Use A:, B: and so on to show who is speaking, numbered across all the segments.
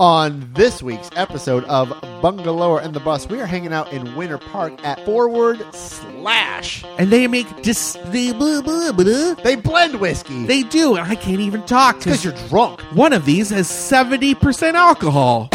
A: On this week's episode of Bungalower and the Bus, we are hanging out in Winter Park at Forward Slash.
B: And they make dis- they, blah, blah, blah.
A: They blend whiskey.
B: they do, and I can't even talk
A: because
B: because
A: you're drunk.
B: one of these has 70% alcohol.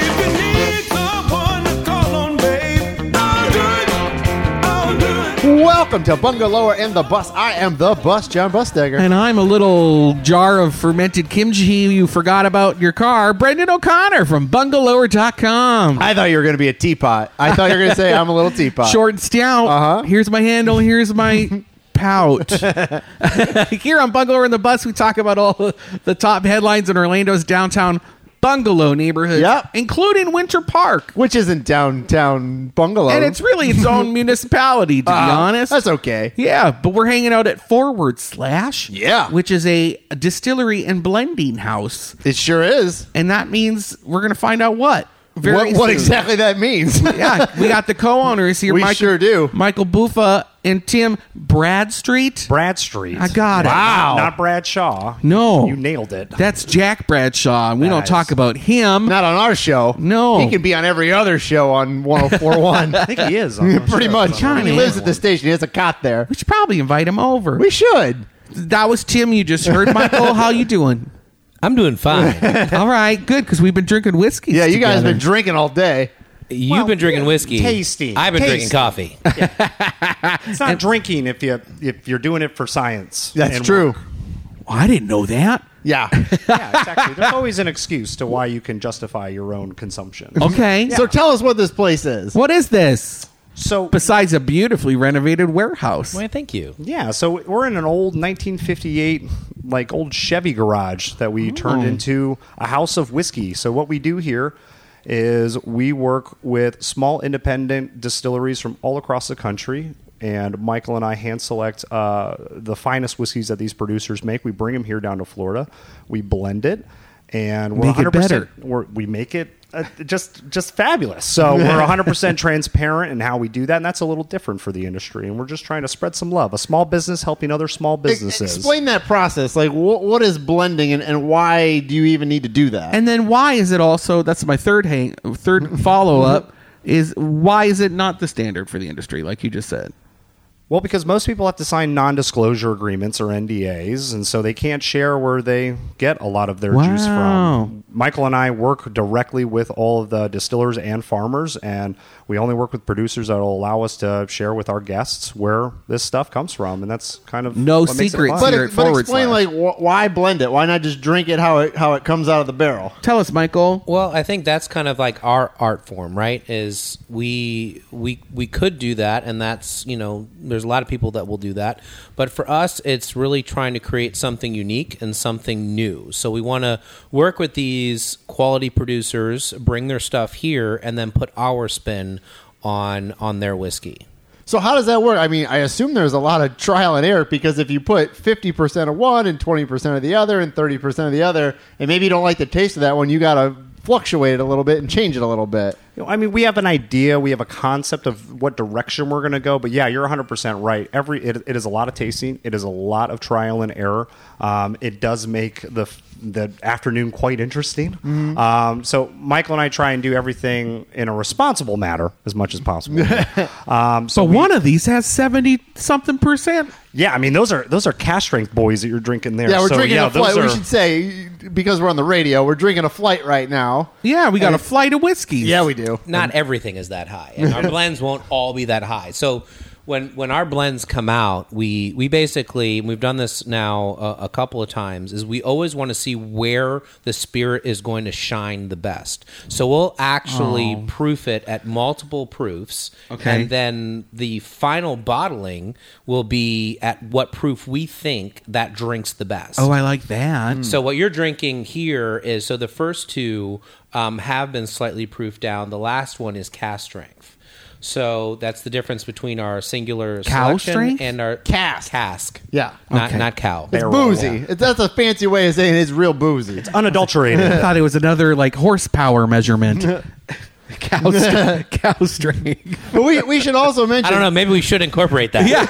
C: If you need someone to call on, babe, I'll do it. I'll do it.
A: Welcome to Bungalower and the Bus. I am the bus, John Bustegger.
B: And I'm a little jar of fermented kimchi you forgot about in your car, Brendan O'Connor from bungalower.com.
A: I thought you were going to be a teapot. I thought you were going to say I'm a little teapot.
B: Short and stout.
A: Uh-huh.
B: Here's my handle. Here's my pout. Here on Bungalower in the Bus, we talk about all the top headlines in Orlando's downtown bungalow neighborhood,
A: Yep.
B: including Winter Park.
A: Which isn't downtown bungalow.
B: And it's really its own municipality, to be
A: Uh,
B: honest.
A: That's okay.
B: Yeah, but we're hanging out at Forward Slash.
A: Yeah.
B: Which is a distillery and blending house.
A: It sure is.
B: And that means we're going to find out what.
A: What, what
B: soon.
A: exactly that means.
B: Yeah, we got the co owners here.
A: We
B: Michael,
A: sure do.
B: Michael Bufa and Tim Bradstreet.
D: Bradstreet.
B: I got it.
A: Wow.
D: Not Bradshaw.
B: No.
D: You nailed it.
B: That's Jack Bradshaw, and we don't
D: Nice.
B: talk about him.
A: Not on our show.
B: No.
A: He can be on every other show on 1041.
D: I think he is. on
A: Pretty
D: our
A: much.
D: show.
B: Kinda
A: He lives
B: is.
A: at the station. He has a cot there.
B: We should probably invite him over.
A: We should.
B: that was Tim you just heard. Michael, how you doing?
E: I'm doing fine.
B: All right, good, because we've been drinking whiskey.
A: Yeah, you guys have
B: together.
A: been drinking all day.
E: You've been drinking whiskey.
D: tasty.
E: I've been drinking
D: Tasty.
E: coffee.
D: It's not drinking if you if you're doing it for science.
A: That's
D: and
A: true.
D: work.
B: I didn't know that.
A: Yeah.
D: Yeah, exactly. There's always an excuse to why you can justify your own consumption.
B: Okay.
A: So tell us what this place is.
B: What is this
D: So
B: besides a beautifully renovated warehouse?
E: Why, thank you.
D: yeah, so we're in an old 1958 like old Chevy garage that we turned
B: Oh.
D: into a house of whiskey. So what we do here is we work with small independent distilleries from all across the country. And Michael and I hand select uh, the finest whiskeys that these producers make. We bring them here down to Florida. We blend it, and we're
B: Make it
D: 100%,
B: better.
D: we're, we make it uh, just just fabulous. So we're 100% transparent in how we do that, and that's a little different for the industry. And we're just trying to spread some love. A small business helping other small
A: Ex-
D: businesses.
A: Explain that process. Like, wh- what is blending and, and why do you even need to do that?
B: And then why is it also? That's my third hang, third follow up. Is why is it not the standard for the industry, like you just said?
D: Well, because most people have to sign non-disclosure agreements or NDAs, and so they can't share where they get a lot of their juice
B: Wow.
D: from. Michael and I work directly with all of the distillers and farmers, and we only work with producers that will allow us to share with our guests where this stuff comes from, and that's kind of
B: No
D: what makes it
B: secrets
D: fun.
A: but,
B: here
A: ex-
B: at
A: but
B: Forward
A: explain,
B: Slash.
A: like, wh- why blend it? Why not just drink it how it how it comes out of the barrel?
B: Tell us, Michael.
E: Well, I think that's kind of like our art form, right? Is we we we could do that, and that's you know, there's a lot of people that will do that, but for us, it's really trying to create something unique and something new. So we want to work with these quality producers, bring their stuff here, and then put our spin on on their whiskey.
A: So how does that work? I mean, I assume there's a lot of trial and error because if you put 50% of one and 20% of the other and 30% of the other, and maybe you don't like the taste of that one, you got to fluctuate it a little bit and change it a little bit.
D: You know, I mean, we have an idea, we have a concept of what direction we're going to go, but yeah, you're 100% right. Every it, it is a lot of tasting, it is a lot of trial and error. Um, it does make the the afternoon quite interesting.
A: Mm-hmm.
D: Um, so Michael and I try and do everything in a responsible manner as much as possible. um, so
B: So one of these has seventy something percent.
D: yeah, I mean, those are those are cash strength boys that you're drinking there.
A: Yeah, we're
D: So,
A: drinking
D: yeah,
A: a flight.
D: those
A: We
D: are-
A: should say because we're on the radio, we're drinking a flight right now.
B: Yeah, we got
A: And-
B: a flight of whiskeys.
A: Yeah, we do.
E: not everything is that high, and our blends won't all be that high. So when when our blends come out, we we basically and we've done this now a, a couple of times. Is we always want to see where the spirit is going to shine the best. So we'll actually proof it at multiple proofs,
B: Oh. Okay.
E: and then the final bottling will be at what proof we think that drinks the best.
B: Oh, I like
A: Hmm.
B: that.
E: So what you're drinking here is so the first two um, have been slightly proofed down. The last one is cast strength. So that's the difference between our singular
B: Cow
E: selection
B: strength?
E: and our
A: Cask.
E: Cask,
A: Yeah.
E: not
B: Okay.
E: not cow.
A: It's boozy. It- That's a fancy way of saying it's real boozy.
D: unadulterated.
B: I thought it was another like horsepower measurement. cow, st- cow string.
A: But we, we should also mention.
E: I don't know. Maybe we should incorporate that. Yeah,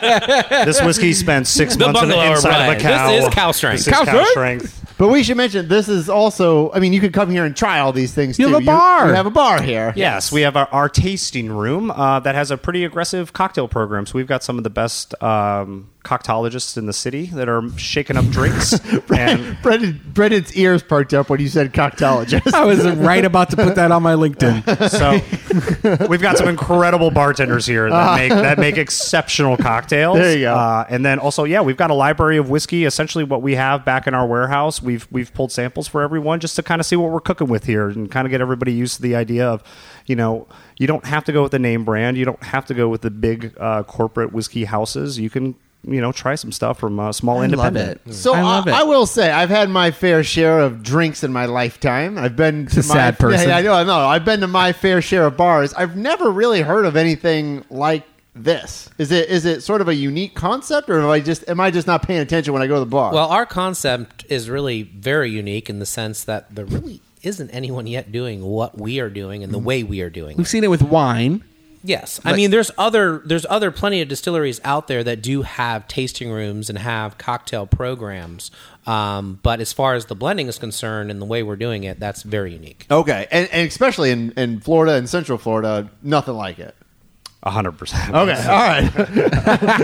D: This whiskey spent six
E: The
D: months on the
E: bungalow
D: inside
E: ride.
D: of a
E: This
D: cow.
E: is cow strength.
D: This is
B: Cow
D: cow,
B: strength?
D: strength.
A: But we should mention this is also. I mean, you could come here and try all these things.
B: You
A: too.
B: have a bar.
A: You, have a bar here.
D: Yes, we have our, our tasting room uh, that has a pretty aggressive cocktail program. So we've got some of the best um, cocktailologists in the city that are shaking up drinks. and
A: Brendan, Brendan's ears perked up when you said cocktailologist.
B: I was right about to put that on my LinkedIn.
D: so we've got some incredible bartenders here that make that make exceptional cocktails.
A: There you go.
D: Uh, and then also, yeah, we've got a library of whiskey. Essentially, what we have back in our warehouse, we've we've pulled samples for everyone just to kind of see what we're cooking with here and kind of get everybody used to the idea of, you know, you don't have to go with the name brand, you don't have to go with the big uh, corporate whiskey houses. You can you know try some stuff from uh, small independent.
A: So I,
B: I love it.
A: I will say I've had my fair share of drinks in my lifetime. I've been to
B: a
A: my,
B: sad person.
A: Yeah, I know, I know. I've been to my fair share of bars. I've never really heard of anything like this. Is it is it sort of a unique concept, or am I just am I just not paying attention when I go to the bar?
E: Well, our concept is really very unique in the sense that there really isn't anyone yet doing what we are doing and the way we are doing.
B: We've
E: it.
B: seen it with wine.
E: Yes, I mean there's other there's other plenty of distilleries out there that do have tasting rooms and have cocktail programs. Um, but as far as the blending is concerned and the way we're doing it, that's very unique.
A: okay, and, and especially in in Florida and Central Florida, nothing like it.
D: hundred percent.
A: Okay, all right.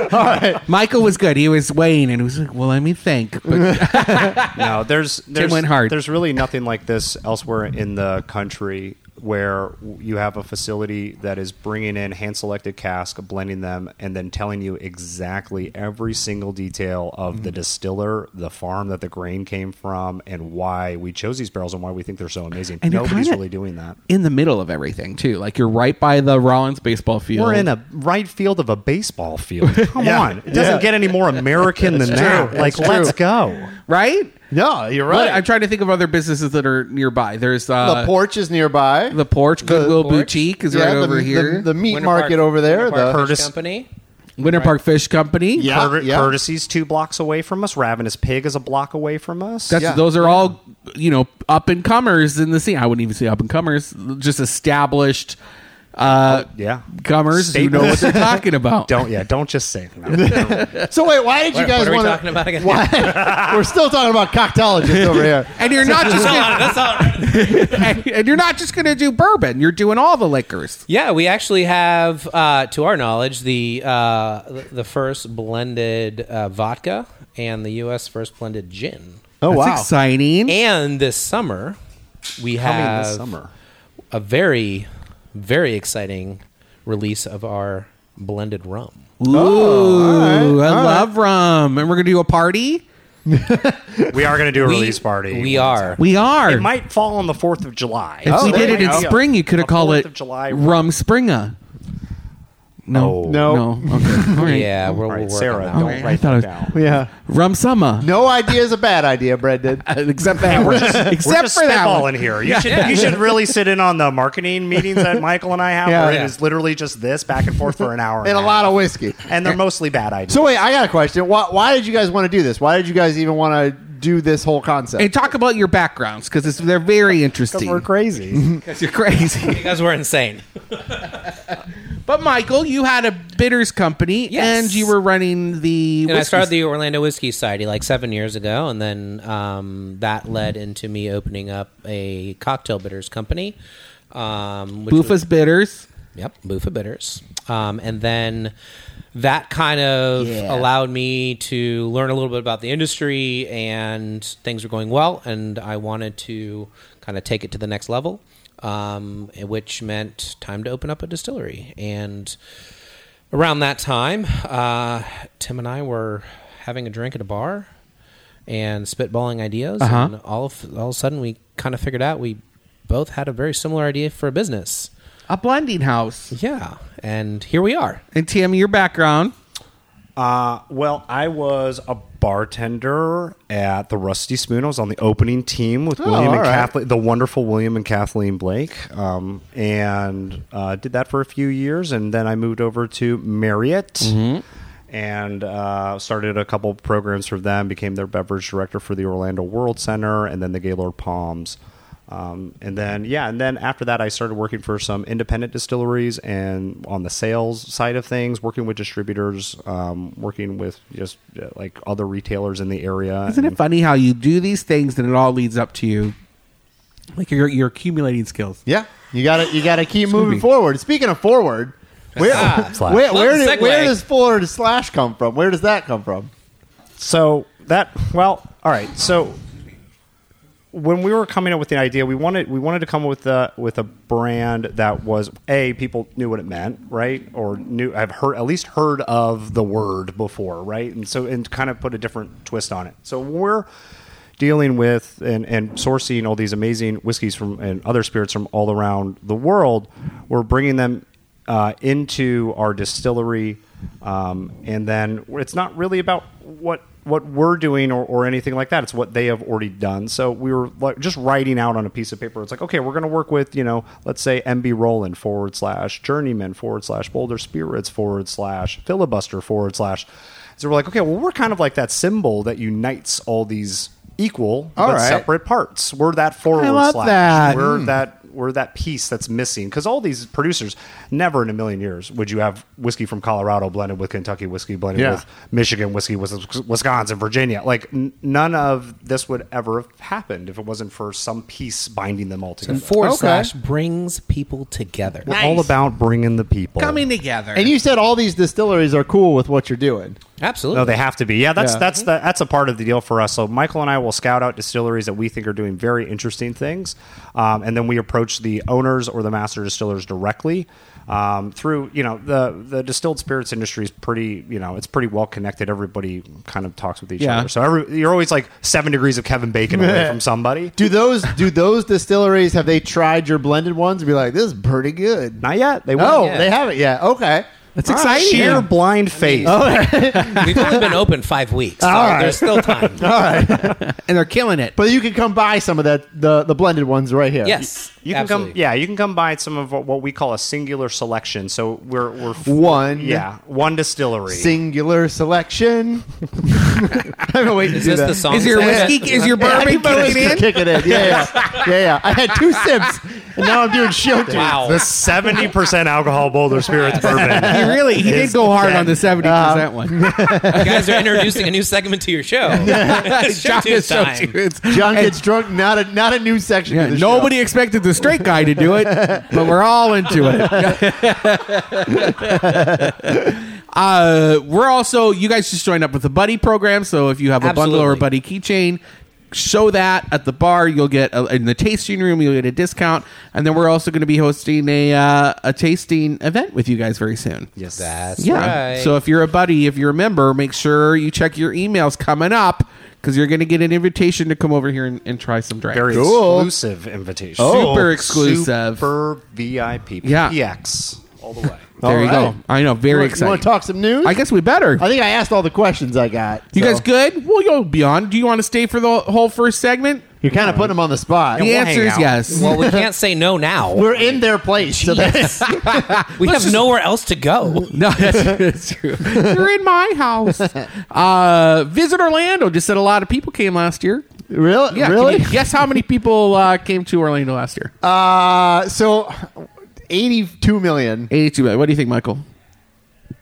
B: Michael was good. He was weighing and he was like, well, let me think. But
D: no, there's there's,
B: went hard.
D: there's really nothing like this elsewhere in the country where you have a facility that is bringing in hand selected cask, blending them, and then telling you exactly every single detail of
B: Mm-hmm.
D: the distiller, the farm that the grain came from, and why we chose these barrels and why we think they're so amazing.
B: And you're
D: Nobody's
B: kinda-
D: really doing that.
B: in the middle of everything, too. Like you're right by the Rollins baseball field.
D: We're in a right field of a baseball field. Come on. It doesn't
A: Yeah.
D: get any more American than that. Like, let's go.
B: Right?
A: No, you're
B: But
A: right.
B: I'm trying to think of other businesses that are nearby. There's uh,
A: the porch is nearby.
B: the porch, Goodwill
E: Porch.
B: Boutique is
A: Yeah,
B: right
A: the-
B: over
A: the-
B: here.
A: The, meat
E: Winter
A: market
E: Park-
A: over there. the-
E: Winter Park Fish
D: Curtis-
E: Company.
B: Winter Park Fish Company.
A: Yeah.
D: Courte- Courtesy's two blocks away from us. Ravenous Pig is a block away from us.
B: That's
A: Yeah.
B: those are all you know up and comers in the scene. I wouldn't even say up and comers, just established uh
D: yeah.
B: comers who know what they're talking about.
D: Don't yeah. Don't just say no.
A: So wait, why did you
E: What-
A: guys
E: what are we
A: want
E: talking about again?
A: Why? We're still talking about cocktailologists over here.
B: And you're not just gonna,
E: That's all.
B: and, and you're not just going to do bourbon. You're doing all the liquors.
E: Yeah, we actually have, uh, to our knowledge, the uh, th- the first blended uh, vodka and the U.S. first blended gin.
A: Oh
B: That's exciting.
E: And this summer, we
D: Coming
E: have
D: this summer.
E: a very, very exciting release of our blended rum.
A: Oh,
B: Ooh, I love rum. And we're going to do a party.
D: We are going to do a
E: We-
D: release party.
E: We are.
B: We are.
D: It might fall on the fourth of July. Oh,
B: if we
A: Oh, there
B: did it
A: you
B: in
A: go.
B: spring, you could have
D: A
B: called
D: 4th
B: it
D: of July.
B: Rum Springa. No.
A: No.
B: No. Okay. All right.
E: yeah, we're,
D: All
E: we're
D: right,
E: working
D: Sarah,
E: on
D: don't
E: that.
B: right. Oh, I
D: write
B: thought
D: that
B: it was-
A: Yeah.
D: down.
B: Rum Summer.
A: No idea is a bad idea, Brendan.
B: Except that.
D: We're just,
B: Except
D: we're just
B: for that
D: spitballing
B: one.
D: here. You should you should really sit in on the marketing meetings that Michael and I have,
A: Yeah.
D: where
A: Yeah.
D: it is literally just this back and forth for an hour
A: And a
D: half.
A: lot of whiskey.
D: and they're mostly bad ideas.
A: So wait, I got a question. Why, why did you guys want to do this? Why did you guys even want to do this whole concept?
B: And talk about your backgrounds because it's they're very interesting.
D: we're crazy.
B: 'Cause you're crazy.
E: You guys were insane.
B: but Michael, you had a bitters company
E: Yes.
B: and you were running the.
E: And I
B: whiskey
E: started the Orlando Whiskey Society like seven years ago, and then um, that led into me opening up a cocktail bitters company. Um, which was-
B: Bufa's Bitters.
E: Yep, Bufa Bitters. Um, and then that kind of
B: Yeah.
E: allowed me to learn a little bit about the industry, and things were going well, and I wanted to kind of take it to the next level, um, which meant time to open up a distillery. And around that time, uh, Tim and I were having a drink at a bar and spitballing ideas, and all of, all of a sudden we kind of figured out we both had a very similar idea for a business.
B: a blending house.
E: Yeah, and here we are.
B: And Tammy, your background.
D: Uh, well, I was a bartender at the Rusty Spoon. I was on the opening team with William
A: Oh, all
D: and
A: right.
D: Kathleen, the wonderful William and Kathleen Blake, um, and uh, did that for a few years, and then I moved over to Marriott. And uh, started a couple programs for them. Became their beverage director for the Orlando World Center, and then the Gaylord Palms. Um, and then yeah, and then after that, I started working for some independent distilleries and on the sales side of things, working with distributors, um, working with just uh, like other retailers in the area.
B: Isn't it
D: And-
B: funny how you do these things and it all leads up to you? Like you're, you're accumulating skills.
A: Yeah, you got to you got to keep moving
B: me.
A: forward. Speaking of forward, where
D: Slash.
A: where where,
E: Love the
A: did, where
E: segue.
A: does forward slash come from? Where does that come from?
D: So that well, all right. So when we were coming up with the idea, we wanted we wanted to come up with a with a brand that was a people knew what it meant, right? Or knew I've heard at least heard of the word before, right? And so and kind of put a different twist on it. So we're dealing with and, and sourcing all these amazing whiskeys from and other spirits from all around the world. We're bringing them uh, into our distillery, um, and then it's not really about what what we're doing or, or anything like that. It's what they have already done. So we were like just writing out on a piece of paper. It's like okay, we're going to work with you know let's say MB Roland forward slash Journeyman forward slash Boulder Spirits forward slash Filibuster forward slash. So we're like okay, well we're kind of like that symbol that unites all these equal
A: All
D: but
A: right.
D: separate parts. We're that forward
B: love
D: slash.
B: that.
D: We're that we're that piece that's missing because all these producers never in a million years would you have whiskey from Colorado blended with Kentucky whiskey blended
A: Yeah.
D: with Michigan whiskey with Wisconsin Virginia like n- none of this would ever have happened if it wasn't for some piece binding them all together.
E: And forward
A: Okay.
E: slash brings people together.
D: We're all about bringing the people
B: Coming together.
A: And you said all these distilleries are cool with what you're doing.
E: Absolutely.
D: No, they have to be. Yeah, that's
A: Yeah.
D: that's the, that's a part of the deal for us. So Michael and I will scout out distilleries that we think are doing very interesting things, um, and then we approach the owners or the master distillers directly um, through. You know, the the distilled spirits industry is pretty. You know, it's pretty well connected. Everybody kind of talks with each
B: Yeah.
D: other. So every, you're always like seven degrees of Kevin Bacon away from somebody.
A: Do those do those distilleries have they tried your blended ones and be like this is pretty good?
D: Not yet. They
A: No,
D: won't.
E: yet.
A: they haven't yet. Okay.
B: It's
A: All right.
B: exciting.
D: Sheer blind faith.
E: We've only been open five weeks. So There's still time.
B: and they're killing it.
A: But you can come buy some of that the the blended ones right here.
E: Yes.
D: You can
E: absolutely.
D: come, yeah. You can come buy some of what- what we call a singular selection. So we're we're
A: One.
D: yeah, one distillery.
A: Singular selection. I've been waiting
E: Is
A: to do
E: this
A: that.
E: the song?
B: Is your
E: segment?
B: whiskey? Is your
A: Yeah, I
B: bourbon
A: think my
B: kicking
A: whiskey
B: in?
A: Kicking in. Yeah, yeah, yeah, yeah. I had two sips, and now I'm doing show duty.
E: Wow.
D: The seventy percent alcohol Boulder Spirits
B: He
D: bourbon.
B: really he did go hard on the seventy percent one.
E: You guys are introducing a new segment to your show. It's show
B: John
E: tune
B: is so
E: time.
B: serious.
A: John gets drunk. Not a not a new section.
B: Yeah,
A: of the show.
B: nobody expected the straight guy to do it, but we're all into it. uh, we're also, you guys just joined up with the buddy program. So if you have a bungalow or
E: Absolutely.
B: buddy keychain, show that at the bar. You'll get a, in the tasting room. You'll get a discount, and then we're also going to be hosting a uh, a tasting event with you guys very soon.
E: Yes, that's
B: Yeah.
E: right.
B: So if you're a buddy, if you're a member, make sure you check your emails coming up because you're going to get an invitation to come over here and, and try some drinks.
D: Very
A: Cool.
D: exclusive invitation.
B: Oh. Super exclusive.
D: Super VIP.
B: Yeah.
D: PX. All the way.
B: There you
A: All right.
B: go. I know. Very
A: You want- You
B: exciting.
A: want to talk some news?
B: I guess we better.
A: I think I asked all the questions I got.
B: you
A: so.
B: guys good? Well, you'll be on. Do you want to stay for the whole first segment?
A: You're kind of putting them on the spot.
B: The
D: we'll
B: answer
D: hang
B: is
D: out.
B: yes.
E: well, we can't say no now.
A: We're in their place. So that's
E: we have nowhere else to go.
B: no, that's, that's true. You're in my house. Uh, Visit Orlando just said a lot of people came last year.
A: really,
B: Yeah, can
A: really.
B: you guess how many people uh, came to Orlando last year?
A: Uh, so, eighty-two million.
B: 82 million. What do you think, Michael?
E: I'm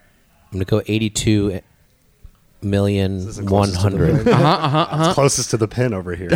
E: gonna go 82 million
D: the closest to the
E: 100. Uh-huh.
D: It's closest to the pin over here.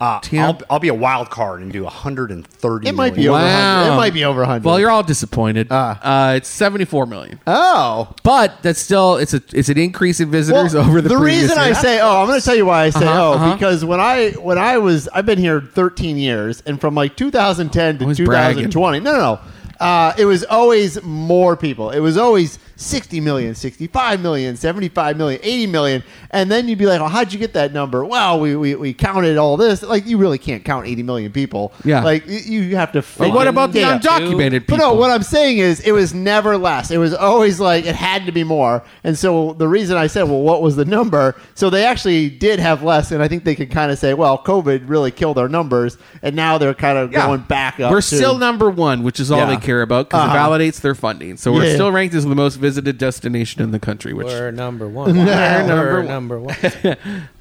D: Uh, I'll, I'll be a wild card and do 130
A: It might be
D: million.
A: over. 100. It might be over hundred.
B: Well, you're all disappointed. uh, it's 74 million.
A: oh.
B: But that's still it's a it's an increase in visitors
A: Well,
B: over the, previous
A: reason I
B: year.
A: say oh, I'm going to tell you why I say
B: Uh-huh,
A: oh
B: uh-huh.
A: because when I when I was I've been here 13 years and from like 2010 to
B: Always bragging.
A: 2020 no no no uh, it was always more people it was always 60 million 65 million 75 million 80 million and then you'd be like oh how'd you get that number well we we, we counted all this like you really can't count 80 million people
B: Yeah.
A: like y- you have to
B: But what
A: figure-
B: about the
A: Yeah.
B: undocumented
A: But
B: people?
A: no, what I'm saying is it was never less. It was always like it had to be more. And so the reason I said, well, what was the number? So they actually did have less, and I think they could kind of say, well, COVID really killed our numbers, and now they're kind of
B: Yeah.
A: going back up.
B: We're
A: to-
B: still number one, which is all
A: Yeah.
B: they care about because
A: Uh-huh.
B: it validates their funding. So we're
A: Yeah.
B: still ranked as the most visited destination in the country, which
E: We're number one. We're
B: number
E: number one.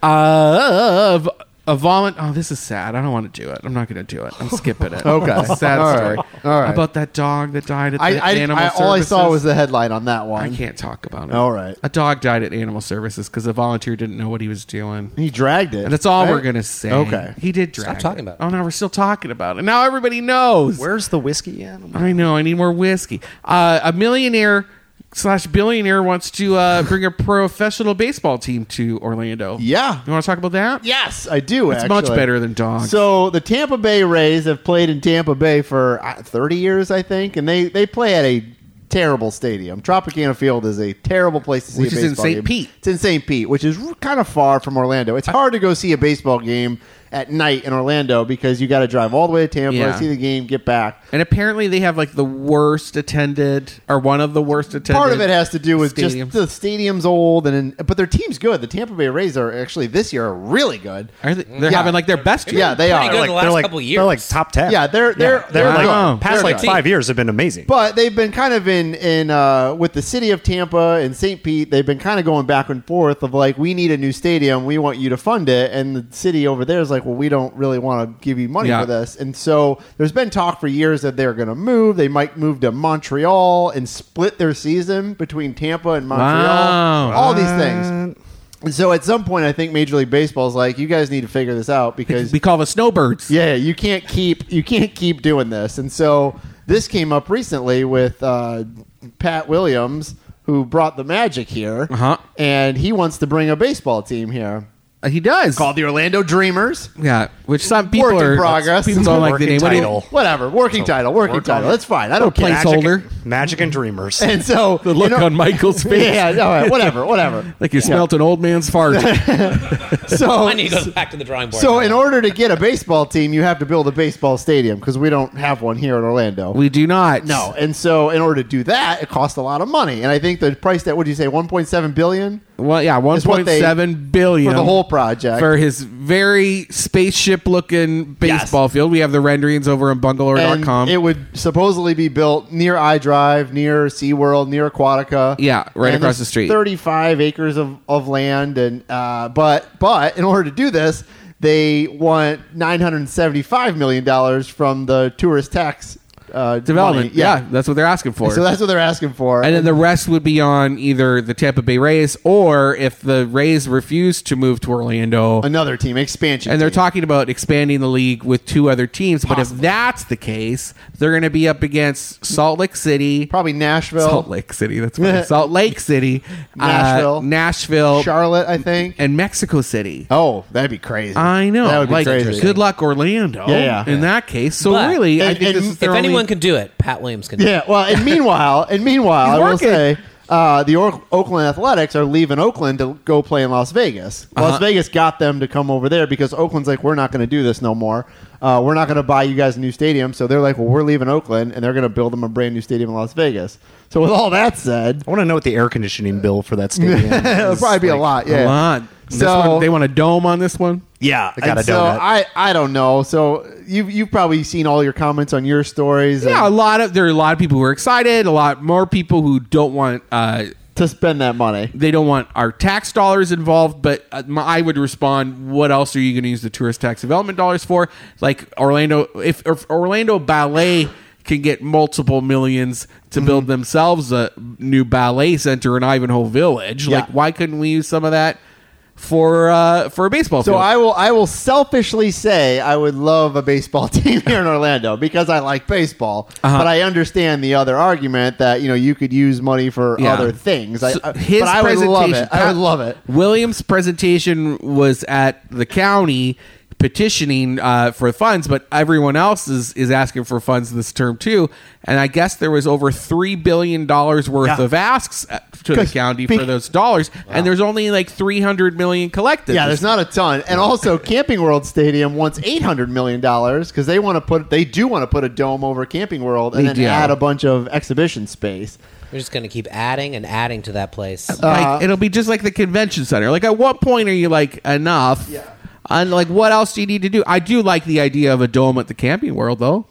B: uh, of a volun. Oh, this is sad. I don't want to do it. I'm not going to do it. I'm skipping it.
A: Okay.
B: sad
A: All right.
B: story
A: All right.
B: about that dog that died at the
A: I, I,
B: animal
A: I- all I saw
B: services.
A: was the headline on that
B: I
A: one.
B: can't talk about it.
A: All right.
B: A dog died at animal services because a volunteer didn't know what he was doing.
A: He dragged it.
B: And that's all
A: right?
B: we're gonna say.
A: Okay.
B: He did drag.
E: talking about it.
B: Oh, now we're still talking about it. Now everybody knows.
D: Where's the whiskey at?
A: Oh
B: I know. I need more whiskey. Uh, a millionaire slash billionaire wants to uh, bring a professional baseball team to Orlando.
A: Yeah.
B: You want to talk about that?
A: Yes, I do.
B: It's much better than dogs.
A: So the Tampa Bay Rays have played in Tampa Bay for uh, 30 years, I think, and they they play at a terrible stadium. Tropicana Field is a terrible place to see
B: Which
A: a
B: is in
A: baseball
B: St.
A: game.
B: Pete.
A: It's in St. Pete, which is r- kind of far from Orlando. It's hard to go see a baseball game at night in Orlando because you got to drive all the way to Tampa,
B: Yeah.
A: see the game, get back.
B: and apparently they have like the worst attended or one of the worst attended.
A: Part of it has to do with just
B: stadiums.
A: the stadium's old, and but their team's good. The Tampa Bay Rays are actually this year are really good.
B: Are they, they're
A: Yeah.
B: having like their best year.
A: Yeah, they
E: Pretty
A: are.
E: good
A: Like,
E: in the last
D: they're like
E: couple years.
D: they're like top ten.
A: yeah, they're they're
D: they're
A: they're
D: like
B: Wow.
A: good.
D: past
A: They're
D: like
A: good.
D: five years have been amazing.
A: But they've been kind of in in uh, with the city of Tampa and St. Pete. They've been kind of going back and forth of like, we need a new stadium, we want you to fund it, and the city over there is like, well, we don't really want to give you money
B: Yeah.
A: for this. And so there's been talk for years that they're going to move. They might move to Montreal and split their season between Tampa and Montreal.
B: Wow.
A: All these things. And so at some point, I think Major League Baseball's like, you guys need to figure this out because
B: We call the snowbirds.
A: yeah, you can't keep you can't keep doing this. And so this came up recently with uh, Pat Williams, who brought the Magic here,
B: Uh-huh.
A: and he wants to bring a baseball team here
B: Uh, He does.
A: called the Orlando Dreamers.
B: yeah, which some people
A: Work in
B: are
A: progress.
B: People don't like the
D: Working
B: name. What do you-
D: title.
A: Whatever, working title, working title. That's fine. I don't care.
B: Place
A: Magic-
B: holder.
D: Magic and Dreamers.
A: And so
B: The look
A: you know-
B: on Michael's face.
A: Yeah, no, whatever, whatever.
B: Like you smelt an old man's fart.
A: So
E: I need to go back to the drawing board.
A: so in order to get a baseball team, you have to build a baseball stadium because we don't have one here in Orlando.
B: we do not.
A: No, and so in order to do that, it costs a lot of money, and I think the price that what would you say one point seven billion
B: Well, yeah, one
A: Is what
B: point
A: they-
B: seven billion
A: for the whole project.
B: for his very spaceship-looking baseball field. We have the renderings over on
A: and
B: bungalore.com.
A: it would supposedly be built near iDrive, near SeaWorld, near Aquatica.
B: Yeah, right
A: And
B: across
A: there's
B: the street.
A: 35 acres of, of land. and uh, But but in order to do this, they want $975 million from the tourist tax uh,
B: Development.
A: money.
B: Yeah. that's what they're asking for.
A: So that's what they're asking for.
B: and then the rest would be on either the Tampa Bay Rays or if the Rays refuse to move to Orlando.
A: Another team, expansion.
B: And they're
A: team.
B: talking about expanding the league with two other teams. But if that's the case, they're going to be up against Salt Lake City.
A: Probably Nashville,
B: Salt Lake City. That's funny. Salt Lake City, uh,
A: Nashville.
B: Nashville,
A: Charlotte, I think.
B: and Mexico City.
A: Oh, that'd be crazy.
B: I know.
A: That would be
B: like,
A: crazy.
B: Good luck, Orlando.
A: Yeah, yeah.
B: In that case, so
E: But-
B: really, I
A: And-
B: think
A: and
B: this is
E: if
B: their only-
E: anyone can do it, Pat Williams can. do it.
A: Yeah. Well, and meanwhile, and meanwhile, I
B: He's
A: will
B: working.
A: say uh, the Or- Oakland Athletics are leaving Oakland to go play in Las Vegas.
B: Uh-huh.
A: Las Vegas got them to come over there because Oakland's like, we're not going to do this no more. Uh, we're not going to buy you guys a new stadium. So they're like, well, we're leaving Oakland, and they're going to build them a brand new stadium in Las Vegas. So with all that said,
D: I want to know what the air conditioning bill for that stadium.
A: it'll
D: is.
A: probably be a lot. Yeah.
B: Come on. This
A: So-
B: one- they want a dome on this one.
D: Yeah, I got
A: And
D: a
A: so
D: donut.
A: I, I don't know. So you've you've probably seen all your comments on your stories. and-
B: Yeah, a lot of there are a lot of people who are excited. A lot more people who don't want. Uh,
A: to spend that money.
B: they don't want our tax dollars involved, but uh, my, I would respond, what else are you going to use the tourist tax development dollars for? Like Orlando, if, if Orlando Ballet can get multiple millions to build
A: Mm-hmm.
B: themselves a new ballet center in Ivanhoe Village, like
A: Yeah.
B: why couldn't we use some of that for uh, for a baseball
A: So
B: field?
A: I will. I will selfishly say I would love a baseball team here in Orlando because I like baseball.
B: Uh-huh.
A: But I understand the other argument that you know you could use money for
B: Yeah.
A: other things. I,
B: So
A: I- but I would love it. I would love it.
B: Williams' presentation was at the county petitioning uh, for funds, but everyone else is, is asking for funds this term too. And I guess there was over three billion dollars worth
D: Yeah.
B: of asks uh, to the
A: Because
B: county
A: be-
B: for those dollars, and there's only like three hundred million collected.
A: Yeah, there's not a ton. And also, Camping World Stadium wants eight hundred million dollars because they want to put they do want to put a dome over Camping World and
B: They
A: then
B: do.
A: add a bunch of exhibition space.
E: We're just going to keep adding and adding to that place.
A: Uh-huh.
B: like, it'll be just like the convention center. Like, at what point are you like enough? Yeah. And like, what else do you need to do? I do like the idea of a dome at the Camping World, though.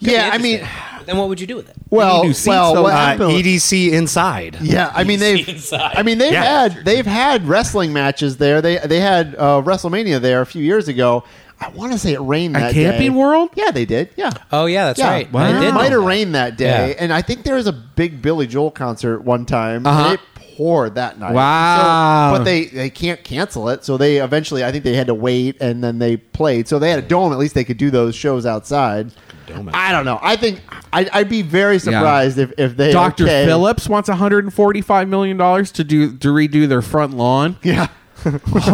A: Yeah, I mean,
E: Then what would you do with it?
A: Well,
B: do seats,
A: well,
B: though.
A: what
B: Uh,
A: happened?
D: EDC inside.
A: yeah, I mean they've,
E: Inside.
A: I mean they've
D: Yeah.
A: had they've had wrestling matches there. They they had uh, WrestleMania there a few years ago. I want to say it rained
B: At
A: that
B: Camping
A: day.
B: World?
A: Yeah, they did. Yeah.
E: Oh yeah, that's right.
A: Wow.
E: I did
A: It might
E: know
A: have
E: that.
A: rained that day,
E: Yeah.
A: and I think there was a big Billy Joel concert one time.
B: Uh-huh.
A: And it poured that night.
B: Wow.
A: So- but they they can't cancel it, so they eventually I think they had to wait, and then they played. So they had a dome. At least they could do those shows outside. I don't know. I think I, I'd be very surprised if if they
B: Dr.
A: okay-
B: Phillips wants 145 million dollars to do to redo their front lawn.
A: Yeah.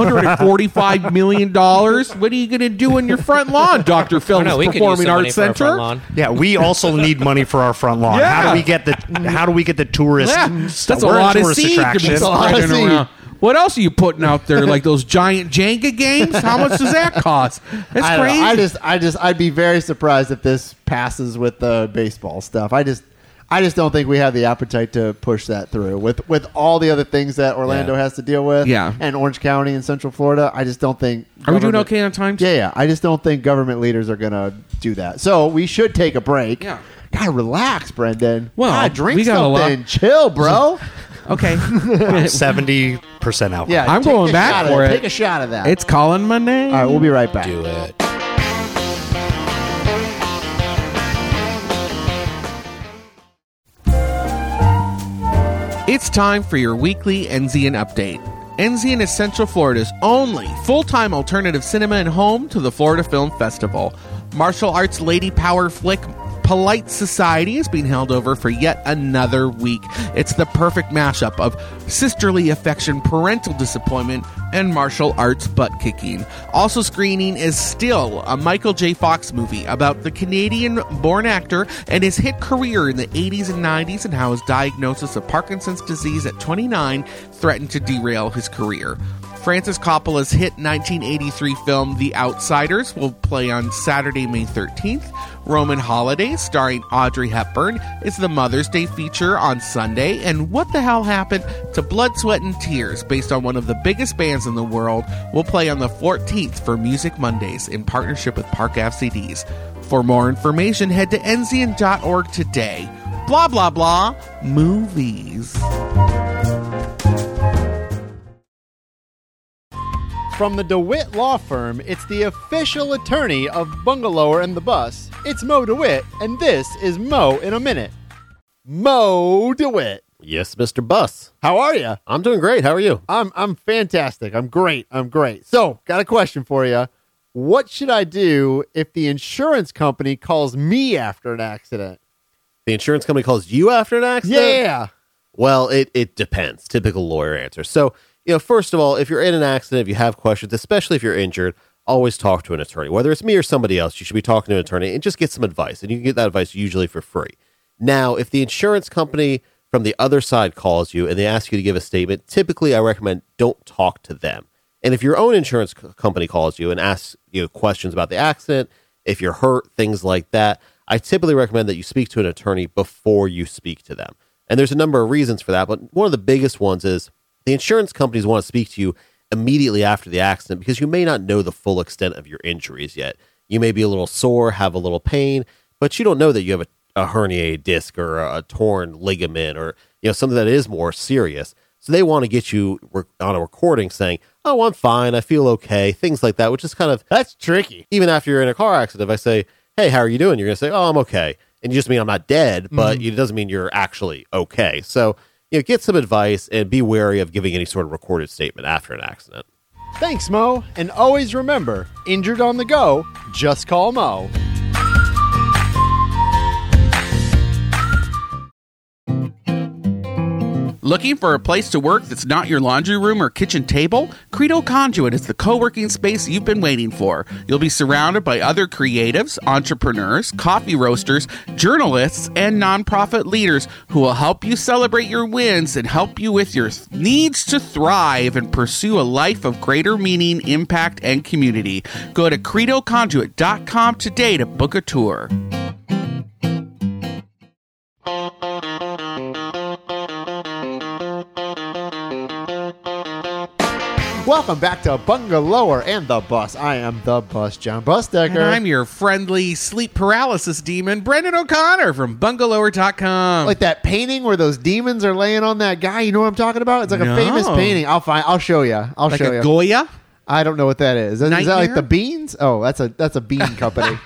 B: 145 million dollars. What are you going to do in your front lawn, Dr.
E: Oh,
B: Phillips
E: no, we could use
B: Performing
E: some money
B: Arts
E: for our
B: Center?
E: front lawn.
D: Yeah, we also need money for our front lawn. How
B: Yeah.
D: do we get the How do we get the tourists?
B: Yeah, that's a
D: We're
B: lot of
D: tourist
B: seed to be
D: attraction.
A: That's a lot of
B: spreading
A: seed.
B: around. What else are you putting out there? Like those giant Jenga games? How much does that cost? That's
A: I, don't know.
B: crazy.
A: I just, I just, I'd be very surprised if this passes with the baseball stuff. I just, I just don't think we have the appetite to push that through with with all the other things that Orlando
E: Yeah.
A: has to deal with.
B: Yeah.
A: and Orange County and Central Florida. I just don't think.
B: Are we doing
A: government-
B: okay on time?
A: Yeah, yeah. I just don't think government leaders are gonna do that. So we should take a break.
B: Yeah.
A: Gotta relax, Brendan.
B: Well,
A: God, drink
B: we got a lot-
A: something. Chill, bro.
B: Okay.
D: Seventy percent alcohol.
A: Yeah,
B: I'm
A: take
B: going
A: a
B: back
A: shot of
B: for
A: that.
B: it.
A: Take a shot of that.
B: it's calling my name.
A: all right. We'll be right back.
E: Do it.
B: It's time for your weekly Enzian update. Enzian is Central Florida's only full time alternative cinema and home to the Florida Film Festival. Martial arts lady power flick Polite Society is being held over for yet another week. It's the perfect mashup of sisterly affection, parental disappointment, and martial arts butt kicking. Also screening is still a Michael J. Fox movie about the Canadian born actor and his hit career in the 80s and 90s and how his diagnosis of Parkinson's disease at 29 threatened to derail his career. Francis Coppola's hit 1983 film The Outsiders will play on Saturday, May 13th. Roman Holiday, starring Audrey Hepburn, is the Mother's Day feature on Sunday. And What the Hell Happened to Blood, Sweat, and Tears, based on one of the biggest bands in the world, will play on the 14th for Music Mondays in partnership with Park Ave CDs. For more information, head to enzian.org today. Blah, blah, blah. Movies.
A: From the DeWitt Law Firm, it's the official attorney of Bungalower and the Bus. It's Mo DeWitt, and this is Mo in a Minute. Mo DeWitt,
F: Yes, Mr. Bus.
A: how are you?
F: I'm doing great. How are you?
A: I'm I'm fantastic. I'm great. I'm great. So, got a question for you. What should I do if the insurance company calls me after an accident?
F: The insurance company calls you after an accident?
A: Yeah.
F: Well, it, it depends. Typical lawyer answer. So, you know, first of all, if you're in an accident, if you have questions, especially if you're injured, always talk to an attorney. Whether it's me or somebody else, you should be talking to an attorney and just get some advice. And you can get that advice usually for free. Now, if the insurance company from the other side calls you and they ask you to give a statement, typically I recommend don't talk to them. And if your own insurance c- company calls you and asks you questions about the accident, if you're hurt, things like that, I typically recommend that you speak to an attorney before you speak to them. And there's a number of reasons for that, but one of the biggest ones is the insurance companies want to speak to you immediately after the accident because you may not know the full extent of your injuries yet. You may be a little sore, have a little pain, but you don't know that you have a, a herniated disc or a, a torn ligament or you know something that is more serious. So they want to get you re- on a recording saying, "Oh, I'm fine. I feel okay." Things like that, which is kind of
A: That's tricky.
F: even after you're in a car accident, if I say, "Hey, how are you doing?" You're gonna say, "Oh, I'm okay," and you just mean I'm not dead, but
A: Mm-hmm.
F: it doesn't mean you're actually okay. So you know, get some advice and be wary of giving any sort of recorded statement after an accident.
A: Thanks, Mo. And always remember, injured on the go, just call Mo.
B: Looking for a place to work that's not your laundry room or kitchen table? Credo Conduit is the co working space you've been waiting for. You'll be surrounded by other creatives, entrepreneurs, coffee roasters, journalists, and nonprofit leaders who will help you celebrate your wins and help you with your th- needs to thrive and pursue a life of greater meaning, impact, and community. Go to credoconduit.com today to book a tour.
A: Welcome back to Bungalower and the Bus. I am the Bus, John Busdecker.
B: And I'm your friendly sleep paralysis demon, Brendan O'Connor from bungalower.com.
A: like that painting where those demons are laying on that guy. You know what I'm talking about? It's like
B: No.
A: a famous painting. I'll find. I'll show you. I'll
B: like
A: show
B: a
A: you.
B: Goya?
A: I don't know what that is. Is that like
B: Nightmare?
A: the beans? Oh, that's a that's a bean company.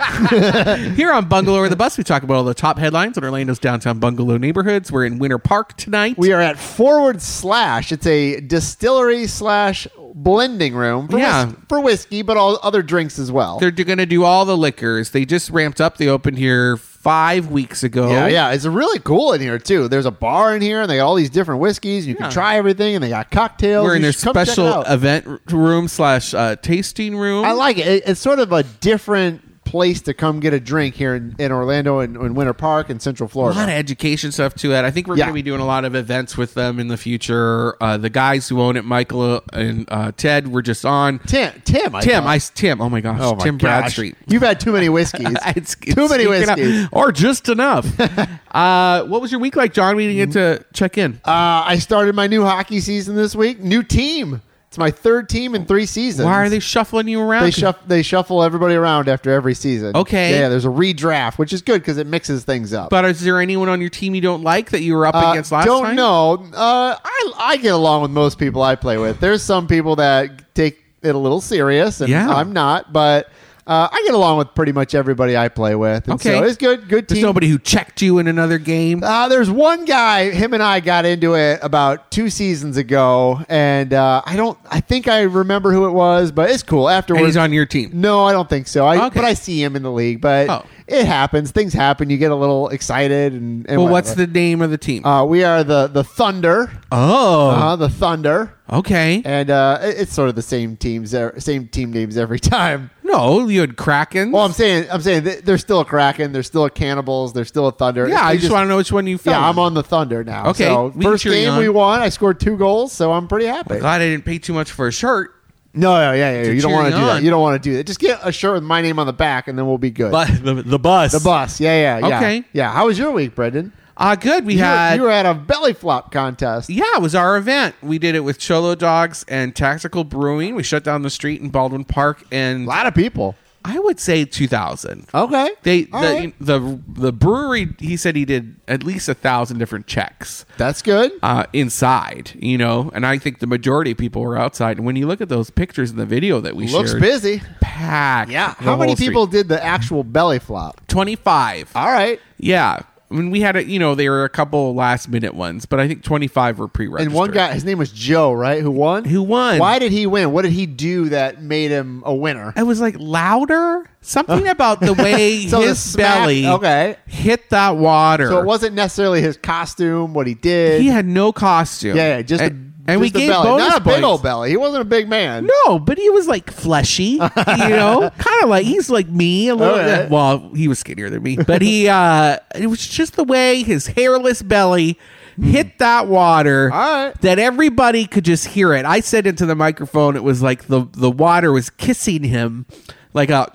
B: Here on Bungalow or the Bus, we talk about all the top headlines in Orlando's downtown bungalow neighborhoods. We're in Winter Park tonight.
A: we are at Forward Slash. It's a distillery slash blending room. For
B: Yeah.
A: whis- for whiskey, but all other drinks as well.
B: They're going to do all the liquors. They just ramped up. They opened here five weeks ago.
A: Yeah, yeah. It's really cool in here too. There's a bar in here, and they got all these different whiskeys. You
B: Yeah.
A: can try everything, and they got cocktails.
B: We're in
A: You
B: their
A: should come check it
B: special
A: out.
B: event r- room slash uh, tasting room.
A: I like it. it. It's sort of a different place to come get a drink here in, in Orlando and in Winter Park and Central
B: a lot of
A: Florida.
B: education stuff to it. I think we're
A: Yeah.
B: going to be doing a lot of events with them in the future. Uh, the guys who own it, Michael and uh, Ted, were just on.
A: Tim, Tim, I
B: Tim,
A: thought.
B: I Tim. Oh my gosh,
A: Oh my
B: Tim
A: gosh.
B: Bradstreet.
A: You've had too many whiskeys.
B: It's- it's
A: too many
B: sneaking up.
A: whiskeys.
B: or just enough. uh, what was your week like, John? We didn't get to check in.
A: Uh, I started my new hockey season this week. New team. It's my third team in three seasons.
B: Why are they shuffling you around?
A: They, shuff, they shuffle everybody around after every season.
B: Okay.
A: Yeah, there's a redraft, which is good because it mixes things up.
B: but is there anyone on your team you don't like that you were up
A: Uh,
B: against last
A: don't
B: time?
A: know. Uh, I I get along with most people I play with. There's some people that take it a little serious, and
B: Yeah.
A: I'm not. But uh, I get along with pretty much everybody I play with. And
B: Okay.
A: so it's good. Good
B: There's
A: team.
B: nobody who checked you in another game.
A: Uh, there's one guy. Him and I got into it about two seasons ago, and uh, I don't. I think I remember who it was, but it's cool. Afterwards,
B: and he's on your team.
A: no, I don't think so. I,
B: Okay.
A: But I see him in the league. But
B: Oh.
A: it happens. Things happen. You get a little excited, and, and
B: Well, what's
A: whatever.
B: the name of the team?
A: Uh, we are the the Thunder.
B: oh,
A: Uh, the Thunder,
B: okay.
A: and uh, it- it's sort of the same teams, er- same team names every time.
B: No, you had Kraken.
A: Well, Oh, I'm saying, I'm saying th- they're still a Kraken, they're still a Cannibals, they're still a Thunder.
B: yeah, I
A: They
B: just, want to know which one you fell.
A: Yeah, I'm
B: with.
A: on the Thunder now.
B: Okay,
A: so
B: we can
A: first
B: cheer you
A: game
B: on. Oh
A: we won, I scored two goals, so I'm pretty happy.
B: Glad I didn't pay too much for a shirt.
A: No, no, yeah, yeah, yeah. you don't want to
B: cheering
A: do that.
B: on.
A: You don't want to do that. Just get a shirt with my name on the back, and then we'll be good.
B: the, the bus.
A: the bus, yeah, yeah, yeah.
B: Okay.
A: yeah. How was your week, Brendan?
B: Uh, good. We
A: You,
B: had.
A: were, you were at a belly flop contest.
B: yeah, it was our event. We did it with Cholo Dogs and Tactical Brewing. We shut down the street in Baldwin Park, and
A: A lot of people.
B: I would say 2,000.
A: Okay,
B: They the,
A: All right.
B: the the brewery. He said he did at least a thousand different checks
A: that's good.
B: uh, inside, you know, and I think the majority of people were outside. And when you look at those pictures in the video that we
A: Looks
B: shared,
A: busy.
B: packed.
A: Yeah.
B: the
A: How many
B: whole street.
A: people did the actual belly flop?
B: Twenty five.
A: All right.
B: Yeah. I mean, we had a, you know, there were a couple last minute ones, but I think 25 were pre registered.
A: And one guy, his name was Joe, right? Who won?
B: Who won?
A: Why did he win? What did he do that made him a winner?
B: I was like, louder? Something about the way
A: So the
B: his
A: smack-
B: belly
A: okay.
B: hit that water.
A: So it wasn't necessarily his costume, what he did.
B: He had no costume.
A: yeah, yeah, just a,
B: and, and we
A: just a
B: gave
A: belly.
B: bonus
A: not a big
B: points.
A: old belly. He wasn't a big man.
B: No, but he was like fleshy, you know, kind of like he's like me a little.
A: Alright.
B: Well, he was skinnier than me, but he uh it was just the way his hairless belly hit that water
A: Alright.
B: that everybody could just hear it. I said into the microphone, it was like the the water was kissing him, like a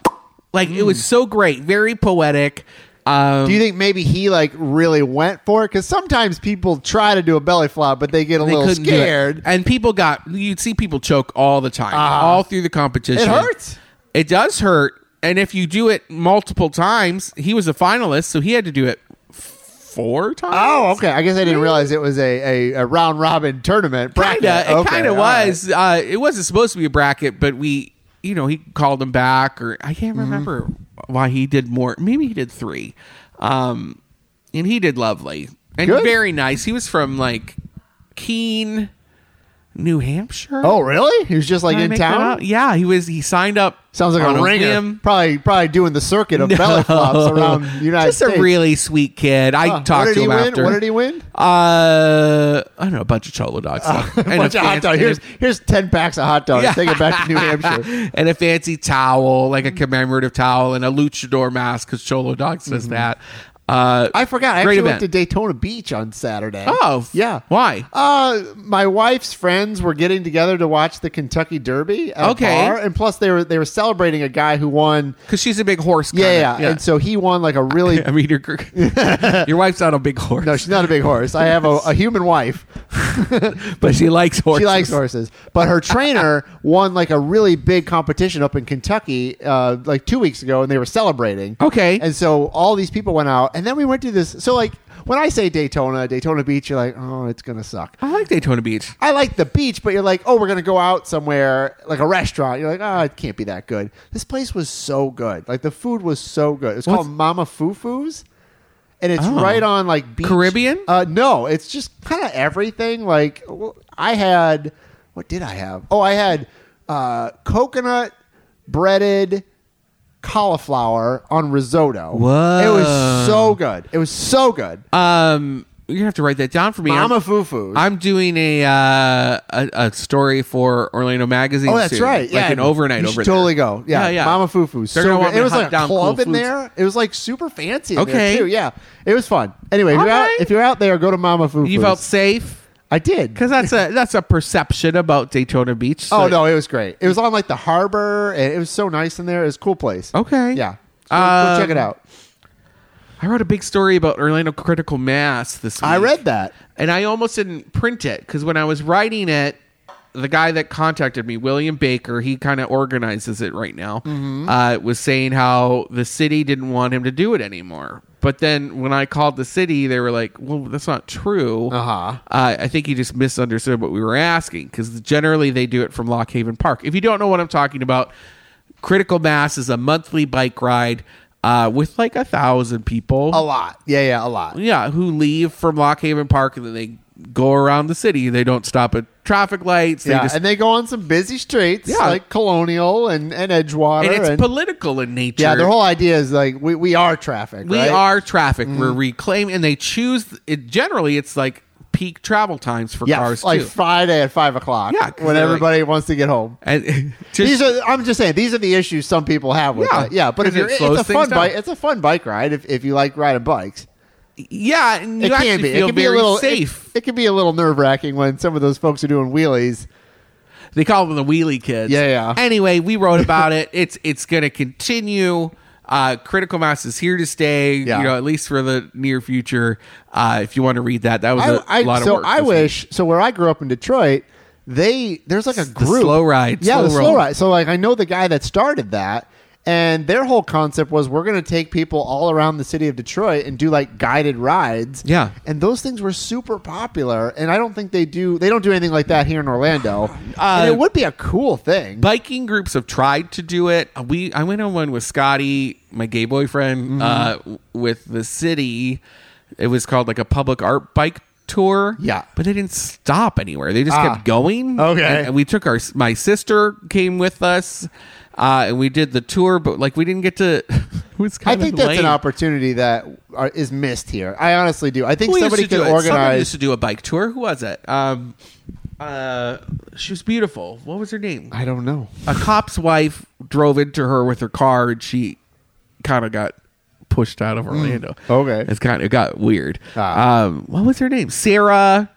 B: like it was so great, very poetic. Um,
A: Mm. Do you think maybe he like really went for it? Because sometimes people try to do a belly flop, but they get a
B: they
A: little
B: couldn't do it.
A: scared. Ah.
B: and people got you'd see people choke all the time, all through the competition.
A: It hurts.
B: It does hurt, and if you do it multiple times, he was a finalist, so he had to do it f- four times.
A: Oh, okay. I guess I didn't realize it was a, a, a round robin tournament. bracket.
B: kinda. It
A: Okay,
B: kind of
A: all right.
B: was. Uh, it wasn't supposed to be a bracket, but we, you know, he called him back, or I
A: Mm-hmm.
B: can't remember why he did more. Maybe he did three, um, and he did lovely and
A: Good.
B: very nice. He was from like Keene, New Hampshire.
A: Oh, really? He was just like
B: Did I
A: in
B: make that
A: town.
B: up? Yeah, he was. He signed up.
A: Sounds like
B: on
A: a, ringer.
B: whim. Oh.
A: Probably, probably doing the circuit of belly flops around the United
B: Just
A: States.
B: a really sweet kid. I
A: Huh.
B: talked
A: what
B: to
A: did
B: him
A: he win?
B: after.
A: What did he win?
B: Uh, I don't know, a bunch of cholo dog stuff. and
A: A bunch of hot
B: fancy-
A: dogs. Here's here's ten packs of hot dogs.
B: Yeah.
A: Take it back to New Hampshire.
B: and a fancy towel, like a commemorative towel, and a luchador mask because cholo dog says that. Uh,
A: Mm-hmm. I forgot. I
B: Great
A: actually
B: event.
A: went to Daytona Beach on Saturday.
B: oh
A: yeah.
B: Why?
A: Uh, my wife's friends were getting together to watch the Kentucky Derby. At
B: Okay.
A: a bar, and plus they were they were celebrating a guy who won.
B: Because she's a big horse.
A: Yeah,
B: kinda.
A: yeah, and so he won like a really.
B: I mean, your your wife's not a big horse.
A: No, she's not a big horse. I have a, a human wife.
B: but she likes horses.
A: She likes horses, but her trainer won like a really big competition up in Kentucky uh, like two weeks ago, and they were celebrating.
B: Okay.
A: and so all these people went out, and then we went to this. So like when I say Daytona, Daytona Beach, you're like, oh, it's gonna suck.
B: I like Daytona Beach.
A: I like the beach, but you're like, oh, we're gonna go out somewhere like a restaurant. You're like, oh, it can't be that good. This place was so good. Like the food was so good. It's
B: What's-
A: called Mama Fufu's, and it's
B: Oh.
A: right on like beach.
B: Caribbean?
A: Uh, no, it's just kind of everything. Like well, I had, what did I have? Oh, I had uh, coconut breaded cauliflower on risotto.
B: Whoa.
A: It was so good. It was so good.
B: Um, you're gonna have to write that down for me.
A: Mama
B: I'm,
A: Fufu's.
B: I'm doing a, uh, a a story for Orlando Magazine.
A: Oh, that's
B: soon,
A: right. Yeah,
B: like an overnight
A: You
B: over
A: should
B: there.
A: totally go. Yeah,
B: Yeah, yeah.
A: Mama Fufu. So
B: They're gonna
A: good.
B: want me
A: it
B: to
A: was
B: hunt
A: like a
B: down
A: club
B: cool
A: in
B: foods.
A: there. It was like super fancy. In
B: Okay.
A: there too. Yeah, it was fun. Anyway, if
B: All
A: you're, out,
B: right.
A: if you're out there, go to Mama Fufu.
B: You felt safe
A: I did.
B: because that's a that's a perception about Daytona Beach.
A: Oh
B: So-
A: no, it was great. It was on like the harbor, and it was so nice in there. It was a cool place.
B: Okay.
A: Yeah. So
B: Um,
A: go check it out.
B: I wrote a big story about Orlando Critical Mass this week.
A: I read that.
B: and I almost didn't print it because when I was writing it, the guy that contacted me, William Baker, he kind of organizes it right now,
A: Mm-hmm.
B: uh, was saying how the city didn't want him to do it anymore. But then when I called the city, they were like, well, that's not true.
A: Uh-huh.
B: Uh, I think he just misunderstood what we were asking because generally they do it from Lock Haven Park. If you don't know what I'm talking about, Critical Mass is a monthly bike ride uh, with like a thousand people.
A: A lot. Yeah, yeah, a lot.
B: Yeah, who leave from Lock Haven Park and then they go around the city. They don't stop at traffic lights. They
A: yeah,
B: just,
A: and
B: and,
A: they go on some busy streets
B: Yeah.
A: like Colonial and, and Edgewater.
B: it's
A: and-
B: political in nature.
A: yeah, their whole idea is like we, we are traffic.
B: we
A: right? Mm-hmm.
B: are traffic. We're reclaiming, and they choose. It generally, it's like peak travel times for
A: yeah,
B: cars
A: like
B: too.
A: Friday at five o'clock.
B: Yeah, 'cause
A: when
B: they're
A: everybody wants to get home.
B: and
A: These
B: just,
A: are. I'm just saying. These are the issues some people have with
B: Yeah,
A: it. Yeah, but if
B: 'cause
A: you're,
B: it
A: it's
B: slows
A: a
B: things
A: fun
B: down.
A: bike. It's a fun bike ride if, if you like riding bikes.
B: yeah, and you
A: It
B: actually
A: can be. It
B: feel
A: can be
B: very
A: a little it-
B: safe.
A: It, can be a little nerve wracking when some of those folks are doing wheelies.
B: They call them the wheelie kids.
A: Yeah, yeah.
B: Anyway, we wrote about it. It's it's going to continue. Uh, critical mass is here to stay.
A: Yeah.
B: You know, at least for the near future. Uh, if you want to read that, that was a
A: I, I-
B: lot
A: so
B: of work.
A: I
B: this week.
A: wish. So where I grew up in Detroit, they there's like a
B: The
A: group
B: slow ride,
A: Yeah,
B: slow
A: the slow
B: roll.
A: ride. So like I know the guy that started that, and their whole concept was we're going to take people all around the city of Detroit and do like guided rides.
B: Yeah.
A: and those things were super popular. And I don't think they do they don't do anything like that here in Orlando.
B: Uh,
A: and it would be a cool thing.
B: biking groups have tried to do it. Uh, We I went on one with Scotty, my gay boyfriend,
A: Mm-hmm.
B: uh, w- with the city. It was called like a public art bike tour.
A: Yeah.
B: but they didn't stop anywhere. They just
A: Ah.
B: kept going.
A: Okay.
B: and, and we took our my sister came with us, uh, and we did the tour. But like we didn't get to. It was
A: I
B: kind
A: think
B: of
A: that's
B: lame.
A: an opportunity that are, is missed here. I honestly do. I think
B: Who
A: somebody
B: used to
A: could
B: do it? Somebody
A: organize.
B: used to do a bike tour. Who was it? Um, uh, she was beautiful. What was her name?
A: I don't know.
B: a cop's wife drove into her with her car and she kind of got pushed out of Orlando.
A: Hmm. okay.
B: It's kind of got weird.
A: Ah.
B: Um, what was her name? Sarah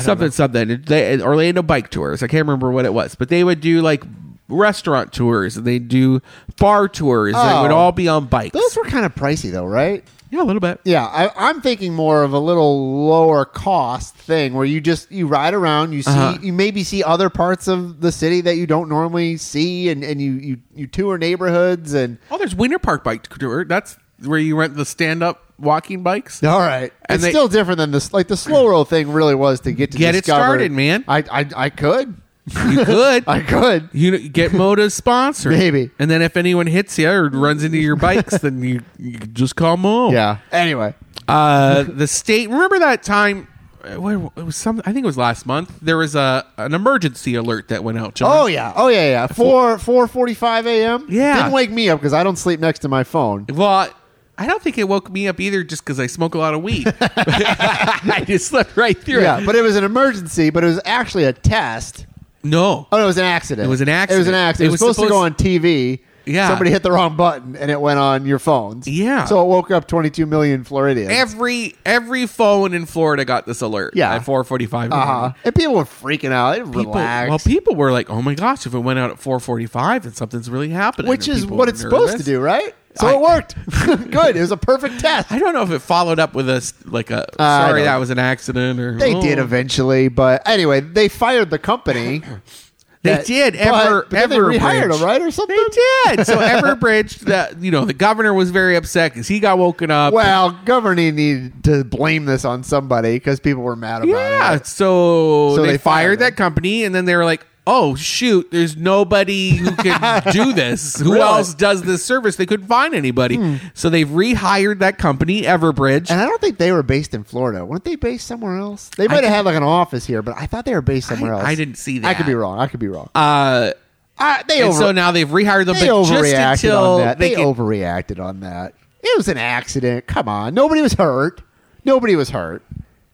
B: something something. They, Orlando bike tours. I can't remember what it was, but they would do like restaurant tours and they do bar tours. and They would
A: Oh.
B: all be on bikes.
A: Those were kind of pricey though, right?
B: yeah, a little bit.
A: Yeah, I, I'm thinking more of a little lower cost thing where you just you ride around, you see,
B: Uh-huh.
A: you maybe see other parts of the city that you don't normally see, and and you you you tour neighborhoods and
B: Oh, there's Winter Park bike tour. That's where you rent the stand up walking bikes.
A: all right.
B: And
A: it's
B: they-
A: still different than this. Like the slow roll thing really was to get to
B: Get it
A: discover-
B: started, man.
A: I I, I could,
B: You could.
A: I could.
B: You know, get Moda's sponsor,
A: Maybe.
B: and then if anyone hits you or runs into your bikes, then you, you can just call Mo.
A: Yeah. Anyway,
B: Uh, the state. Remember that time? uh, Where, it was some. I think it was last month. There was a an emergency alert that went out. John.
A: Oh yeah, oh yeah, yeah. Four four forty five a.m.
B: Yeah.
A: didn't wake me up because I don't sleep next to my phone.
B: Well, I don't think it woke me up either, just because I smoke a lot of weed. I just slept right through
A: Yeah,
B: it.
A: but it was an emergency, but it was actually a test.
B: no,
A: Oh, no, it was an accident.
B: It was an
A: It was an
B: accident.
A: accident. It was, supposed, to go on TV.
B: Yeah.
A: somebody hit the wrong button and it went on your phones.
B: Yeah.
A: so it woke up twenty two million Floridians.
B: every every phone in Florida got this alert.
A: Yeah.
B: at four forty five.
A: uh-huh. and people were freaking out. It
B: People,
A: relaxed.
B: well, people were like, "Oh my gosh! If it went out at 4:45, then something's really happening."
A: which
B: And
A: is
B: people
A: what
B: were
A: it's supposed to
B: nervous.
A: do, right? So
B: I-
A: it worked. Good. It was a perfect test.
B: I don't know if it followed up with us like a
A: I
B: sorry
A: don't-
B: that was an accident or
A: They
B: oh.
A: did eventually, but anyway, they fired the company.
B: They
A: that-
B: did
A: but-
B: ever
A: but then they
B: ever
A: rehired them, right, or something.
B: They did. So Everbridge, the you know the governor was very upset because he got woken up.
A: Well, governing needed to blame this on somebody because people were mad about
B: yeah.
A: it.
B: So,
A: So
B: they,
A: they fired
B: fired that company, and then they were like, "Oh shoot, there's nobody who can do this. Who
A: Really? Hmm.
B: else does this service? They couldn't find anybody. So they've rehired that company, Everbridge.
A: And I don't think they were based in Florida. Weren't they based somewhere else? They might have had like an office here, but I thought they were based somewhere
B: I-
A: else.
B: I didn't see
A: I could be
B: that.
A: wrong. I could be wrong.
B: Uh,
A: I, they
B: and
A: over,
B: so now they've rehired them,
A: they
B: but just
A: overreacted
B: until
A: on that. They,
B: can-
A: overreacted on that. It was an accident. Come on, nobody was hurt. Nobody was hurt.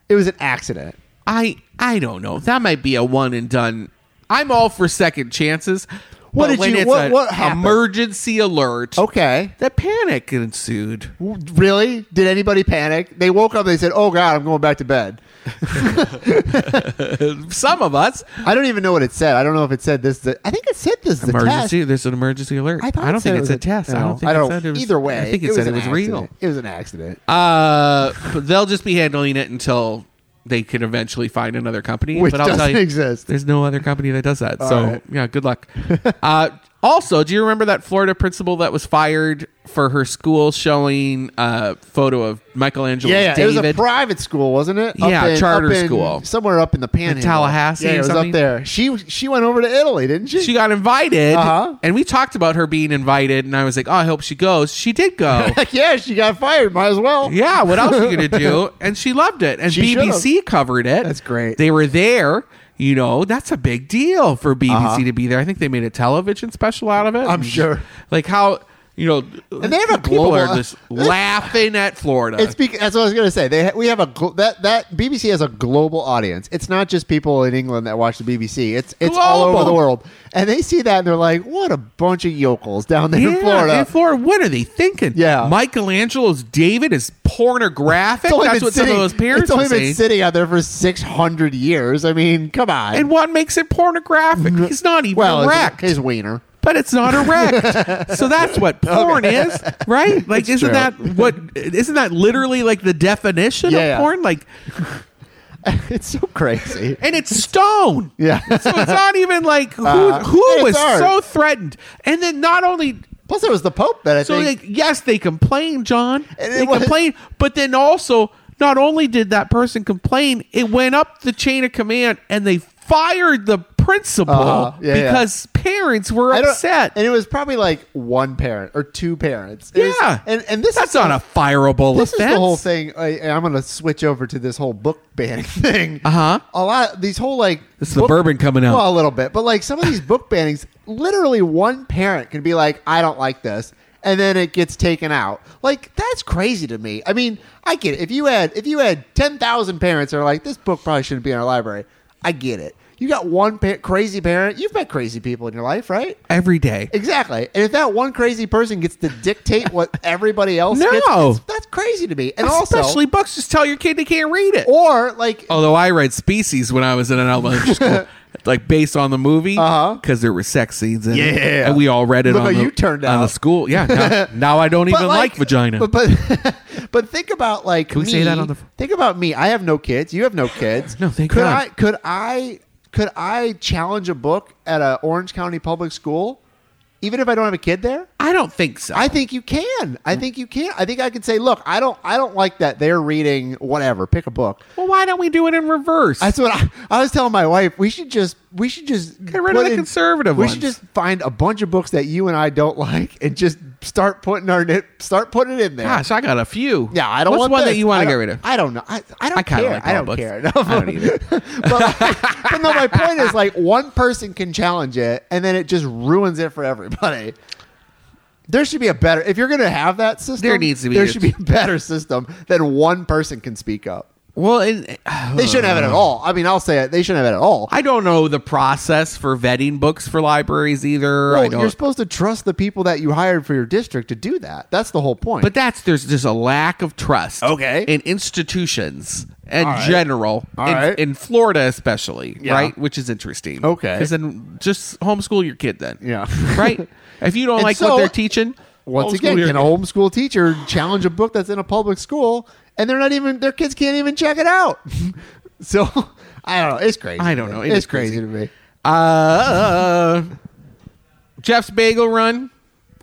A: It was an accident.
B: I I don't know. That might be a one and done. I'm all for second chances.
A: What
B: but
A: did
B: when
A: you-
B: it's
A: what-
B: a
A: what happened?
B: Emergency alert.
A: Okay.
B: The panic ensued.
A: Really? Did anybody panic? They woke up. They said, "Oh God, I'm going back to bed."
B: Some of us.
A: I don't even know what it said. I don't know if it said this. Is a, I think it said this is a test.
B: Emergency. There's an emergency alert. I,
A: thought
B: don't
A: it said
B: think
A: it
B: it's
A: was
B: a, test. I
A: no,
B: don't think
A: I don't.
B: It said it was,
A: either way,
B: I think it, said it
A: an
B: was real.
A: accident. It was an accident.
B: Uh, but they'll just be handling it until they can eventually find another company.
A: Which
B: but I'll tell
A: doesn't
B: you,
A: exist.
B: There's no other company that does that. so
A: right.
B: yeah, good luck. uh, also, do you remember that Florida principal that was fired for her school showing a photo of Michelangelo?
A: Yeah, yeah. it was
B: David?
A: a private school, wasn't it? Up
B: Yeah,
A: in-
B: charter
A: up in-
B: school.
A: somewhere up in the Panhandle,
B: Tallahassee
A: Yeah,
B: or
A: it was
B: something?
A: up there. She she went over to Italy, didn't she?
B: she got invited,
A: Uh-huh.
B: and we talked about her being invited, and I was like, "Oh, I hope she goes." She did go.
A: Heck yeah, she got fired. Might as well.
B: Yeah, what else are you gonna do? And she loved it, and
A: She
B: BBC covered it.
A: That's great.
B: They were there. You know, that's a big deal for BBC to be there. I think they made a television special out of it.
A: Uh-huh. I'm sure.
B: Like how you know, and
A: they have a
B: people
A: global-
B: are just laughing at Florida.
A: It's bec that's what I was gonna say. They ha- we have a gl- that that BBC has a global audience. It's not just people in England that watch the BBC. It's it's all
B: Global.
A: over the world, and they see that and they're like, "What a bunch of yokels down there
B: Yeah,
A: in Florida."
B: in Florida, what are they thinking?
A: Yeah.
B: Michelangelo's David is pornographic.
A: It's only
B: That's
A: been
B: what
A: sitting,
B: some of those parents
A: It's only
B: were
A: been
B: saying.
A: sitting out there for six hundred years. I mean, come on.
B: And what makes it pornographic? He's not even
A: well, it's-
B: erect.
A: his wiener.
B: but it's not erect. so that's what porn is, right? Like, isn't
A: true.
B: that what? Isn't that literally like the definition
A: Yeah,
B: of
A: yeah.
B: porn? Like,
A: It's so crazy.
B: and it's stone.
A: Yeah.
B: So it's not even like who
A: Uh,
B: who
A: and
B: was
A: it's art.
B: so threatened, and then not only.
A: Plus, it was the Pope that I
B: So
A: think.
B: like yes, they complained, John.
A: And it
B: They
A: was-
B: complained, but then also not only did that person complain, it went up the chain of command, and they fired the principal
A: Uh-huh. Yeah, yeah.
B: because parents were
A: I don't-
B: upset.
A: and it was probably like one parent or two parents. It was-
B: Yeah,
A: and and this
B: that's
A: is
B: not a fireable
A: this
B: offense.
A: is the whole thing. I, I'm going to switch over to this whole book banning thing.
B: Uh-huh.
A: A lot these whole like
B: This is the bourbon coming out.
A: Well, a little bit, but like some of these book bannings, literally one parent can be like, "I don't like this," and then it gets taken out. Like that's crazy to me. I mean, I get it. If you had if you had ten thousand parents that are like, "This book probably shouldn't be in our library," I get it. You got one pa- crazy parent. You've met crazy people in your life, right?
B: Every day.
A: Exactly. And if that one crazy person gets to dictate what everybody else
B: No.
A: gets, that's, that's crazy to me. And
B: Especially
A: also,
B: books. Just tell your kid they can't read it.
A: or like,
B: Although I read Species when I was in an elementary school, like based on the movie, because there were sex scenes in it.
A: Uh-huh. Yeah.
B: And we all read it
A: Look
B: on,
A: how
B: the,
A: you turned
B: on the
A: out.
B: school. Yeah. Now, now I don't
A: but
B: even like, vagina.
A: But but, but think about like
B: Can we
A: me.
B: say that on the-
A: think about me. I have no kids. You have no kids.
B: No, thank
A: could
B: God.
A: I could I could I challenge a book at a Orange County public school, even if I don't have a kid there?
B: I don't think so.
A: I think you can. I think you can. I think I could say, look, I don't I don't like that they're reading whatever. Pick a book.
B: well, why don't we do it in reverse?
A: That's what I, I was telling my wife. We should just we should just
B: Get rid of
A: put
B: the conservative
A: We
B: ones.
A: should just find a bunch of books that you and I don't like and just start putting our nit- start putting it in there.
B: Gosh, I got a few.
A: Yeah, I don't
B: What's
A: want
B: one
A: this.
B: that you want
A: I
B: to get
A: don't-
B: rid of?
A: I don't know. I, I don't
B: I kinda
A: care.
B: like
A: I
B: all
A: don't
B: books.
A: care.
B: I don't either.
A: but, like, but no, my point is like one person can challenge it, and then it just ruins it for everybody. There should be a better. If you're going to have that system,
B: There needs to be
A: There
B: a-
A: should be a better system than one person can speak up.
B: Well, and,
A: They shouldn't have it
B: Uh.
A: at all. I mean, I'll say it. They shouldn't have it at all.
B: I don't know the process for vetting books for libraries either. I
A: Well,
B: don't.
A: you're supposed to trust the people that you hired for your district to do that. That's the whole point.
B: But that's there's just a lack of trust.
A: Okay.
B: In institutions in general.
A: All
B: in,
A: right.
B: in Florida especially, right? Which is interesting.
A: Okay.
B: Because then just homeschool your kid then.
A: Yeah.
B: Right? If you don't
A: And
B: like
A: so-
B: what they're teaching,
A: once
B: Homeschool
A: again,
B: here.
A: can a homeschool teacher challenge a book that's in a public school and they're not even their kids can't even check it out? so I don't know. It's crazy.
B: I
A: to
B: don't
A: me.
B: know. It
A: It's
B: is
A: crazy.
B: crazy.
A: to me.
B: Uh, Jeff's Bagel Run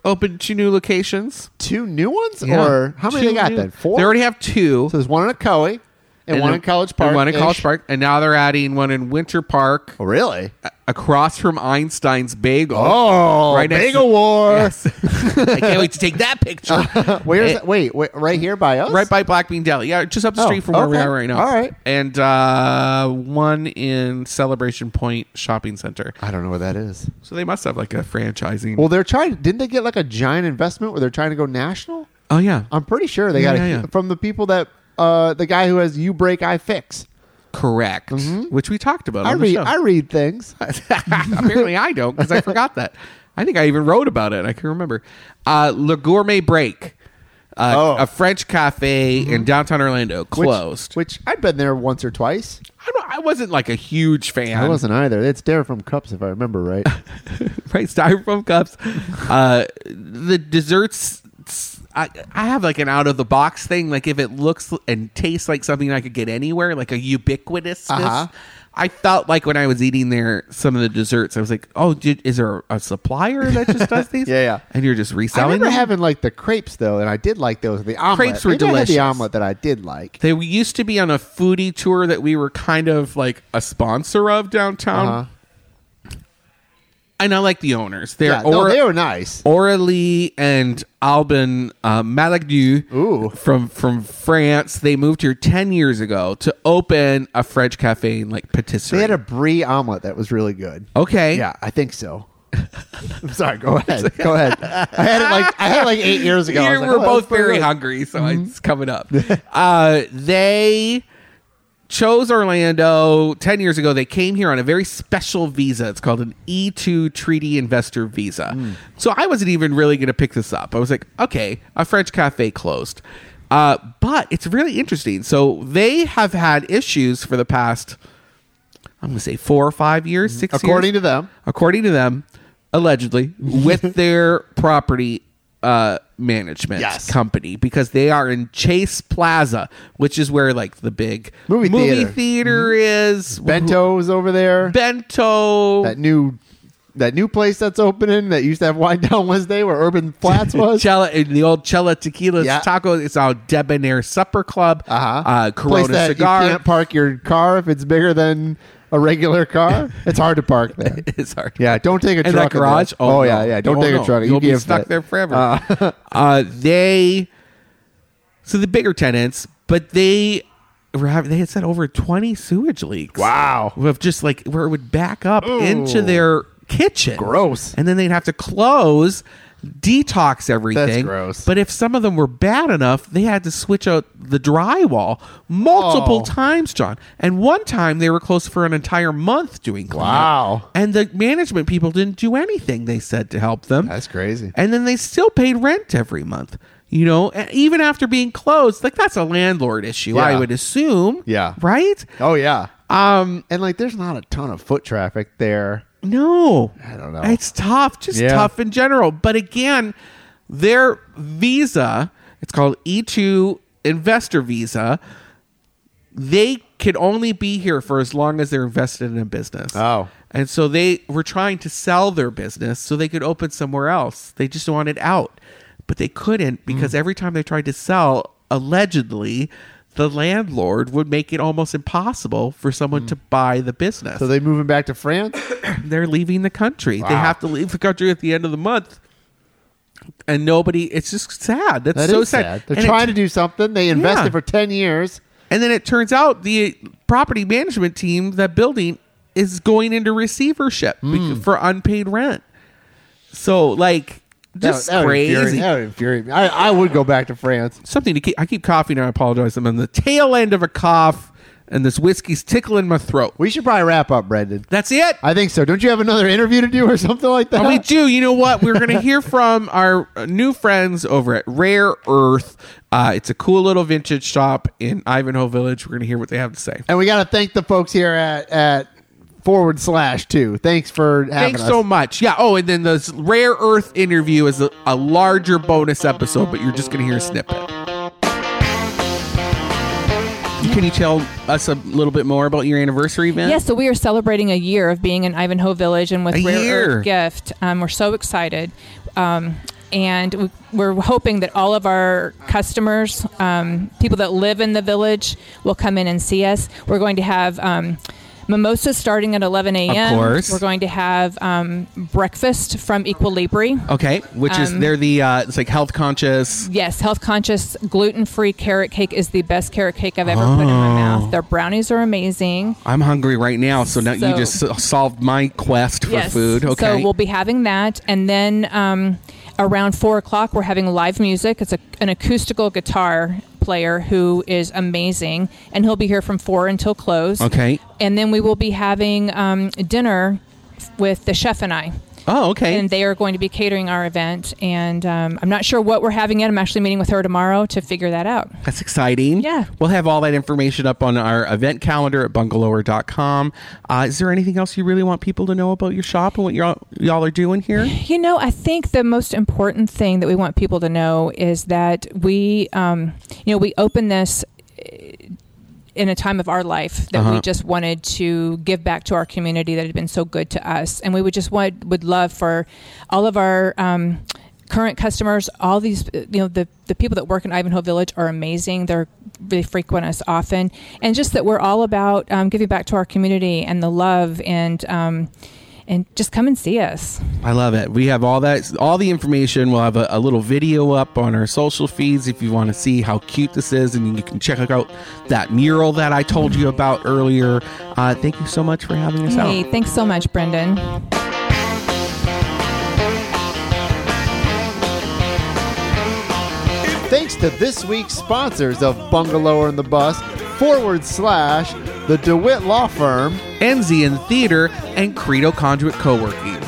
B: opened two new locations.
A: Two new ones,
B: Yeah.
A: or how many
B: Two
A: they got
B: new-
A: then? Four.
B: They already have two.
A: so there's one in a Coe and, one
B: a-
A: in College
B: and
A: Park.
B: One in College Park, and now they're adding one in Winter Park,
A: Oh, really?
B: across from Einstein's Bagel.
A: Oh,
B: Uh, Right next
A: Bagel
B: to-
A: War.
B: Yes. I can't wait to take that picture.
A: Where's that? Wait, wait, right here by us.
B: right by Black Bean Deli. Yeah, just up the
A: Oh,
B: street from where we
A: okay.
B: are right now.
A: All right.
B: And uh, one in Celebration Point Shopping Center.
A: I don't know where that is.
B: So they must have like a franchising.
A: Well, they're trying. Didn't they get like a giant investment where they're trying to go national?
B: oh, yeah.
A: I'm pretty sure they
B: Yeah,
A: got a,
B: yeah, yeah.
A: from the people that uh, the guy who has you break I fix.
B: Correct. Which we talked about.
A: I
B: on the
A: read
B: show.
A: I read things.
B: Apparently, I don't because I forgot that. I think I even wrote about it. I can remember. Uh, Le Gourmet Break, uh,
A: Oh. Mm-hmm.
B: a French cafe in downtown Orlando,
A: Which-
B: closed.
A: Which, I've been there once or twice.
B: I, don't- I wasn't like a huge fan.
A: I wasn't either. It's Styrofoam cups, if I remember right.
B: right? Styrofoam cups. Uh, the desserts. I, I have like an out of the box thing. Like if it looks and tastes like something I could get anywhere, like a ubiquitous.
A: Uh-huh.
B: I felt like when I was eating there, some of the desserts, I was like, "Oh, did, is there a supplier that just does these?"
A: Yeah, yeah.
B: And you're just
A: I
B: reselling
A: remember
B: them.
A: having like the crepes though, and I did like those. The omelet.
B: Crepes were
A: Maybe I had
B: delicious.
A: the omelet that I did like.
B: they used to be on a foodie tour that we were kind of like a sponsor of downtown,
A: Uh-huh.
B: and I like the owners. They're
A: Yeah, no,
B: or-
A: they were nice.
B: Aurelie and Albin uh, Malagdu
A: Ooh.
B: from from France. They moved here ten years ago to open a French cafe in like patisserie.
A: They had a brie omelet that was really good.
B: okay,
A: Yeah, I think so. I'm sorry. Go ahead. Go ahead. I had it like I had it like eight years ago. I
B: Here
A: was like,
B: we're
A: oh, that was
B: both
A: pretty
B: very
A: good. Mm-hmm.
B: hungry, so it's coming up. uh, they chose Orlando 10 years ago. They came here on a very special visa. It's called an E2 Treaty Investor Visa.
A: Mm.
B: So I wasn't even really going to pick this up. I was like, okay, a French cafe closed. Uh, but it's really interesting. So they have had issues for the past, I'm going to say four or five years, six years
A: Mm-hmm. According to them,
B: according to them, allegedly, with their property uh, management
A: Yes.
B: company because they are in Chase Plaza, which is where like the big
A: Movie theater. Mm-hmm.
B: theater is.
A: Bento was over there.
B: Bento.
A: that new that new place that's opening that used to have wine down Wednesday where Urban Flats was.
B: Chela, in the old Chela Tequila
A: Yeah.
B: Taco. It's now Debonair Supper Club.
A: Uh-huh.
B: Uh,
A: place
B: Corona
A: that you
B: Cigar.
A: can't park your car if it's bigger than a regular car. it's hard to park there.
B: It's hard.
A: Yeah, don't take a
B: in
A: truck
B: that
A: in
B: garage.
A: there. Oh, yeah, yeah. Don't
B: Oh,
A: take a
B: no.
A: truck. You
B: You'll be
A: can't
B: stuck
A: fit.
B: there forever. Uh, they so the bigger tenants, but they were having, they had said over twenty sewage leaks.
A: Wow.
B: of just like where it would back up into their kitchen.
A: Gross.
B: and then they'd have to close. Detox everything.
A: gross.
B: But if some of them were bad enough, they had to switch out the drywall multiple
A: Oh.
B: times, John. And one time they were closed for an entire month doing cleanup.
A: Wow.
B: And the management people didn't do anything they said to help them.
A: That's crazy.
B: And then they still paid rent every month. You know, and even after being closed, like that's a landlord issue, I
A: Yeah.
B: would assume.
A: Yeah.
B: Right?
A: Oh yeah. Um and like there's not a ton of foot traffic there.
B: No.
A: I don't know.
B: It's tough, just
A: Yeah.
B: tough in general. But again, their visa, it's called E2 Investor Visa, they can only be here for as long as they're invested in a business.
A: Oh.
B: And so they were trying to sell their business so they could open somewhere else. They just wanted out, but they couldn't because
A: Mm.
B: every time they tried to sell, allegedly, the landlord would make it almost impossible for someone to buy the business
A: Mm. So they moving back to France?
B: they're leaving the country. They
A: Wow.
B: have to leave the country at the end of the month. And nobody, it's just sad. That's
A: That is
B: so sad.
A: sad. They're
B: and
A: trying
B: it,
A: to do something. They invested
B: Yeah.
A: for ten years.
B: And then it turns out the property management team, that building, is going into receivership
A: Hmm.
B: bec- for unpaid rent. So, like, just
A: that, that would infuriate-
B: crazy.
A: that would infuriate me. I, I would go back to France.
B: Something to keep, I keep coughing. I apologize. I'm on the tail end of a cough, and this whiskey's tickling my throat.
A: We should probably wrap up, Brendan.
B: That's it.
A: I think so. Don't you have another interview to do or something like that?
B: Oh, we do. You know what? We're going to hear from our uh, new friends over at Rare Earth. Uh, it's a cool little vintage shop in Ivanhoe Village. We're going to hear what they have to say.
A: And we got to thank the folks here at at forward slash two. Thanks for having
B: Thanks
A: us.
B: so much. Yeah. Oh, and then the rare earth interview is a, a larger bonus episode, but you're just going to hear a snippet. Can you tell us a little bit more about your anniversary event?
G: Yes, so we are celebrating a year of being in Ivanhoe Village and with
B: A
G: Rare
B: year.
G: Earth Gift. Um, we're so excited. Um, and we- we're hoping that all of our customers, um, people that live in the village, will come in and see us. We're going to have um, mimosas starting at 11 a.m.
B: course.
G: We're going to have um, breakfast from Equilibri.
B: Okay. Which
G: Um,
B: is they're the uh, it's like health conscious.
G: Yes, health conscious, gluten free carrot cake is the best carrot cake I've ever put in
B: Oh.
G: my mouth. Their brownies are amazing.
B: I'm hungry right now, so now you
G: So-
B: just so- solved my quest for food. Okay.
G: So we'll be having that, and then um, around four o'clock, we're having live music. It's a, an acoustical guitar player who is amazing, and he'll be here from four until close.
B: Okay.
G: And then we will be having um, dinner with the chef and I.
B: oh, okay.
G: And they are going to be catering our event, and um, I'm not sure what we're having yet. I'm actually meeting with her tomorrow to figure that out.
B: That's exciting.
G: Yeah.
B: We'll have all that information up on our event calendar at bungalower.com. Uh, is there anything else you really want people to know about your shop and what y'all, y'all are doing here?
G: You know, I think the most important thing that we want people to know is that we, um, you know, we open this eh, in a time of our life that we just wanted to give back to our community that had been so good to us, and we would just want would love for all of our. Um, current customers all these eh, you know the the people that work in ivanhoe village are amazing they're they frequent us often and just that we're all about um, giving back to our community and the love and um and just come and see us
B: I love it. We have all that, all the information. We'll have a, a little video up on our social feeds if you want to see how cute this is, and you can check out that mural that I told you about earlier. Uh, thank you so much for having us
G: Hey,
B: out.
G: thanks so much, Brendan.
A: Thanks to this week's sponsors of Bungalower and the Bus, forward slash the DeWitt Law Firm,
B: Enzian Theater and Credo Conduit Coworking.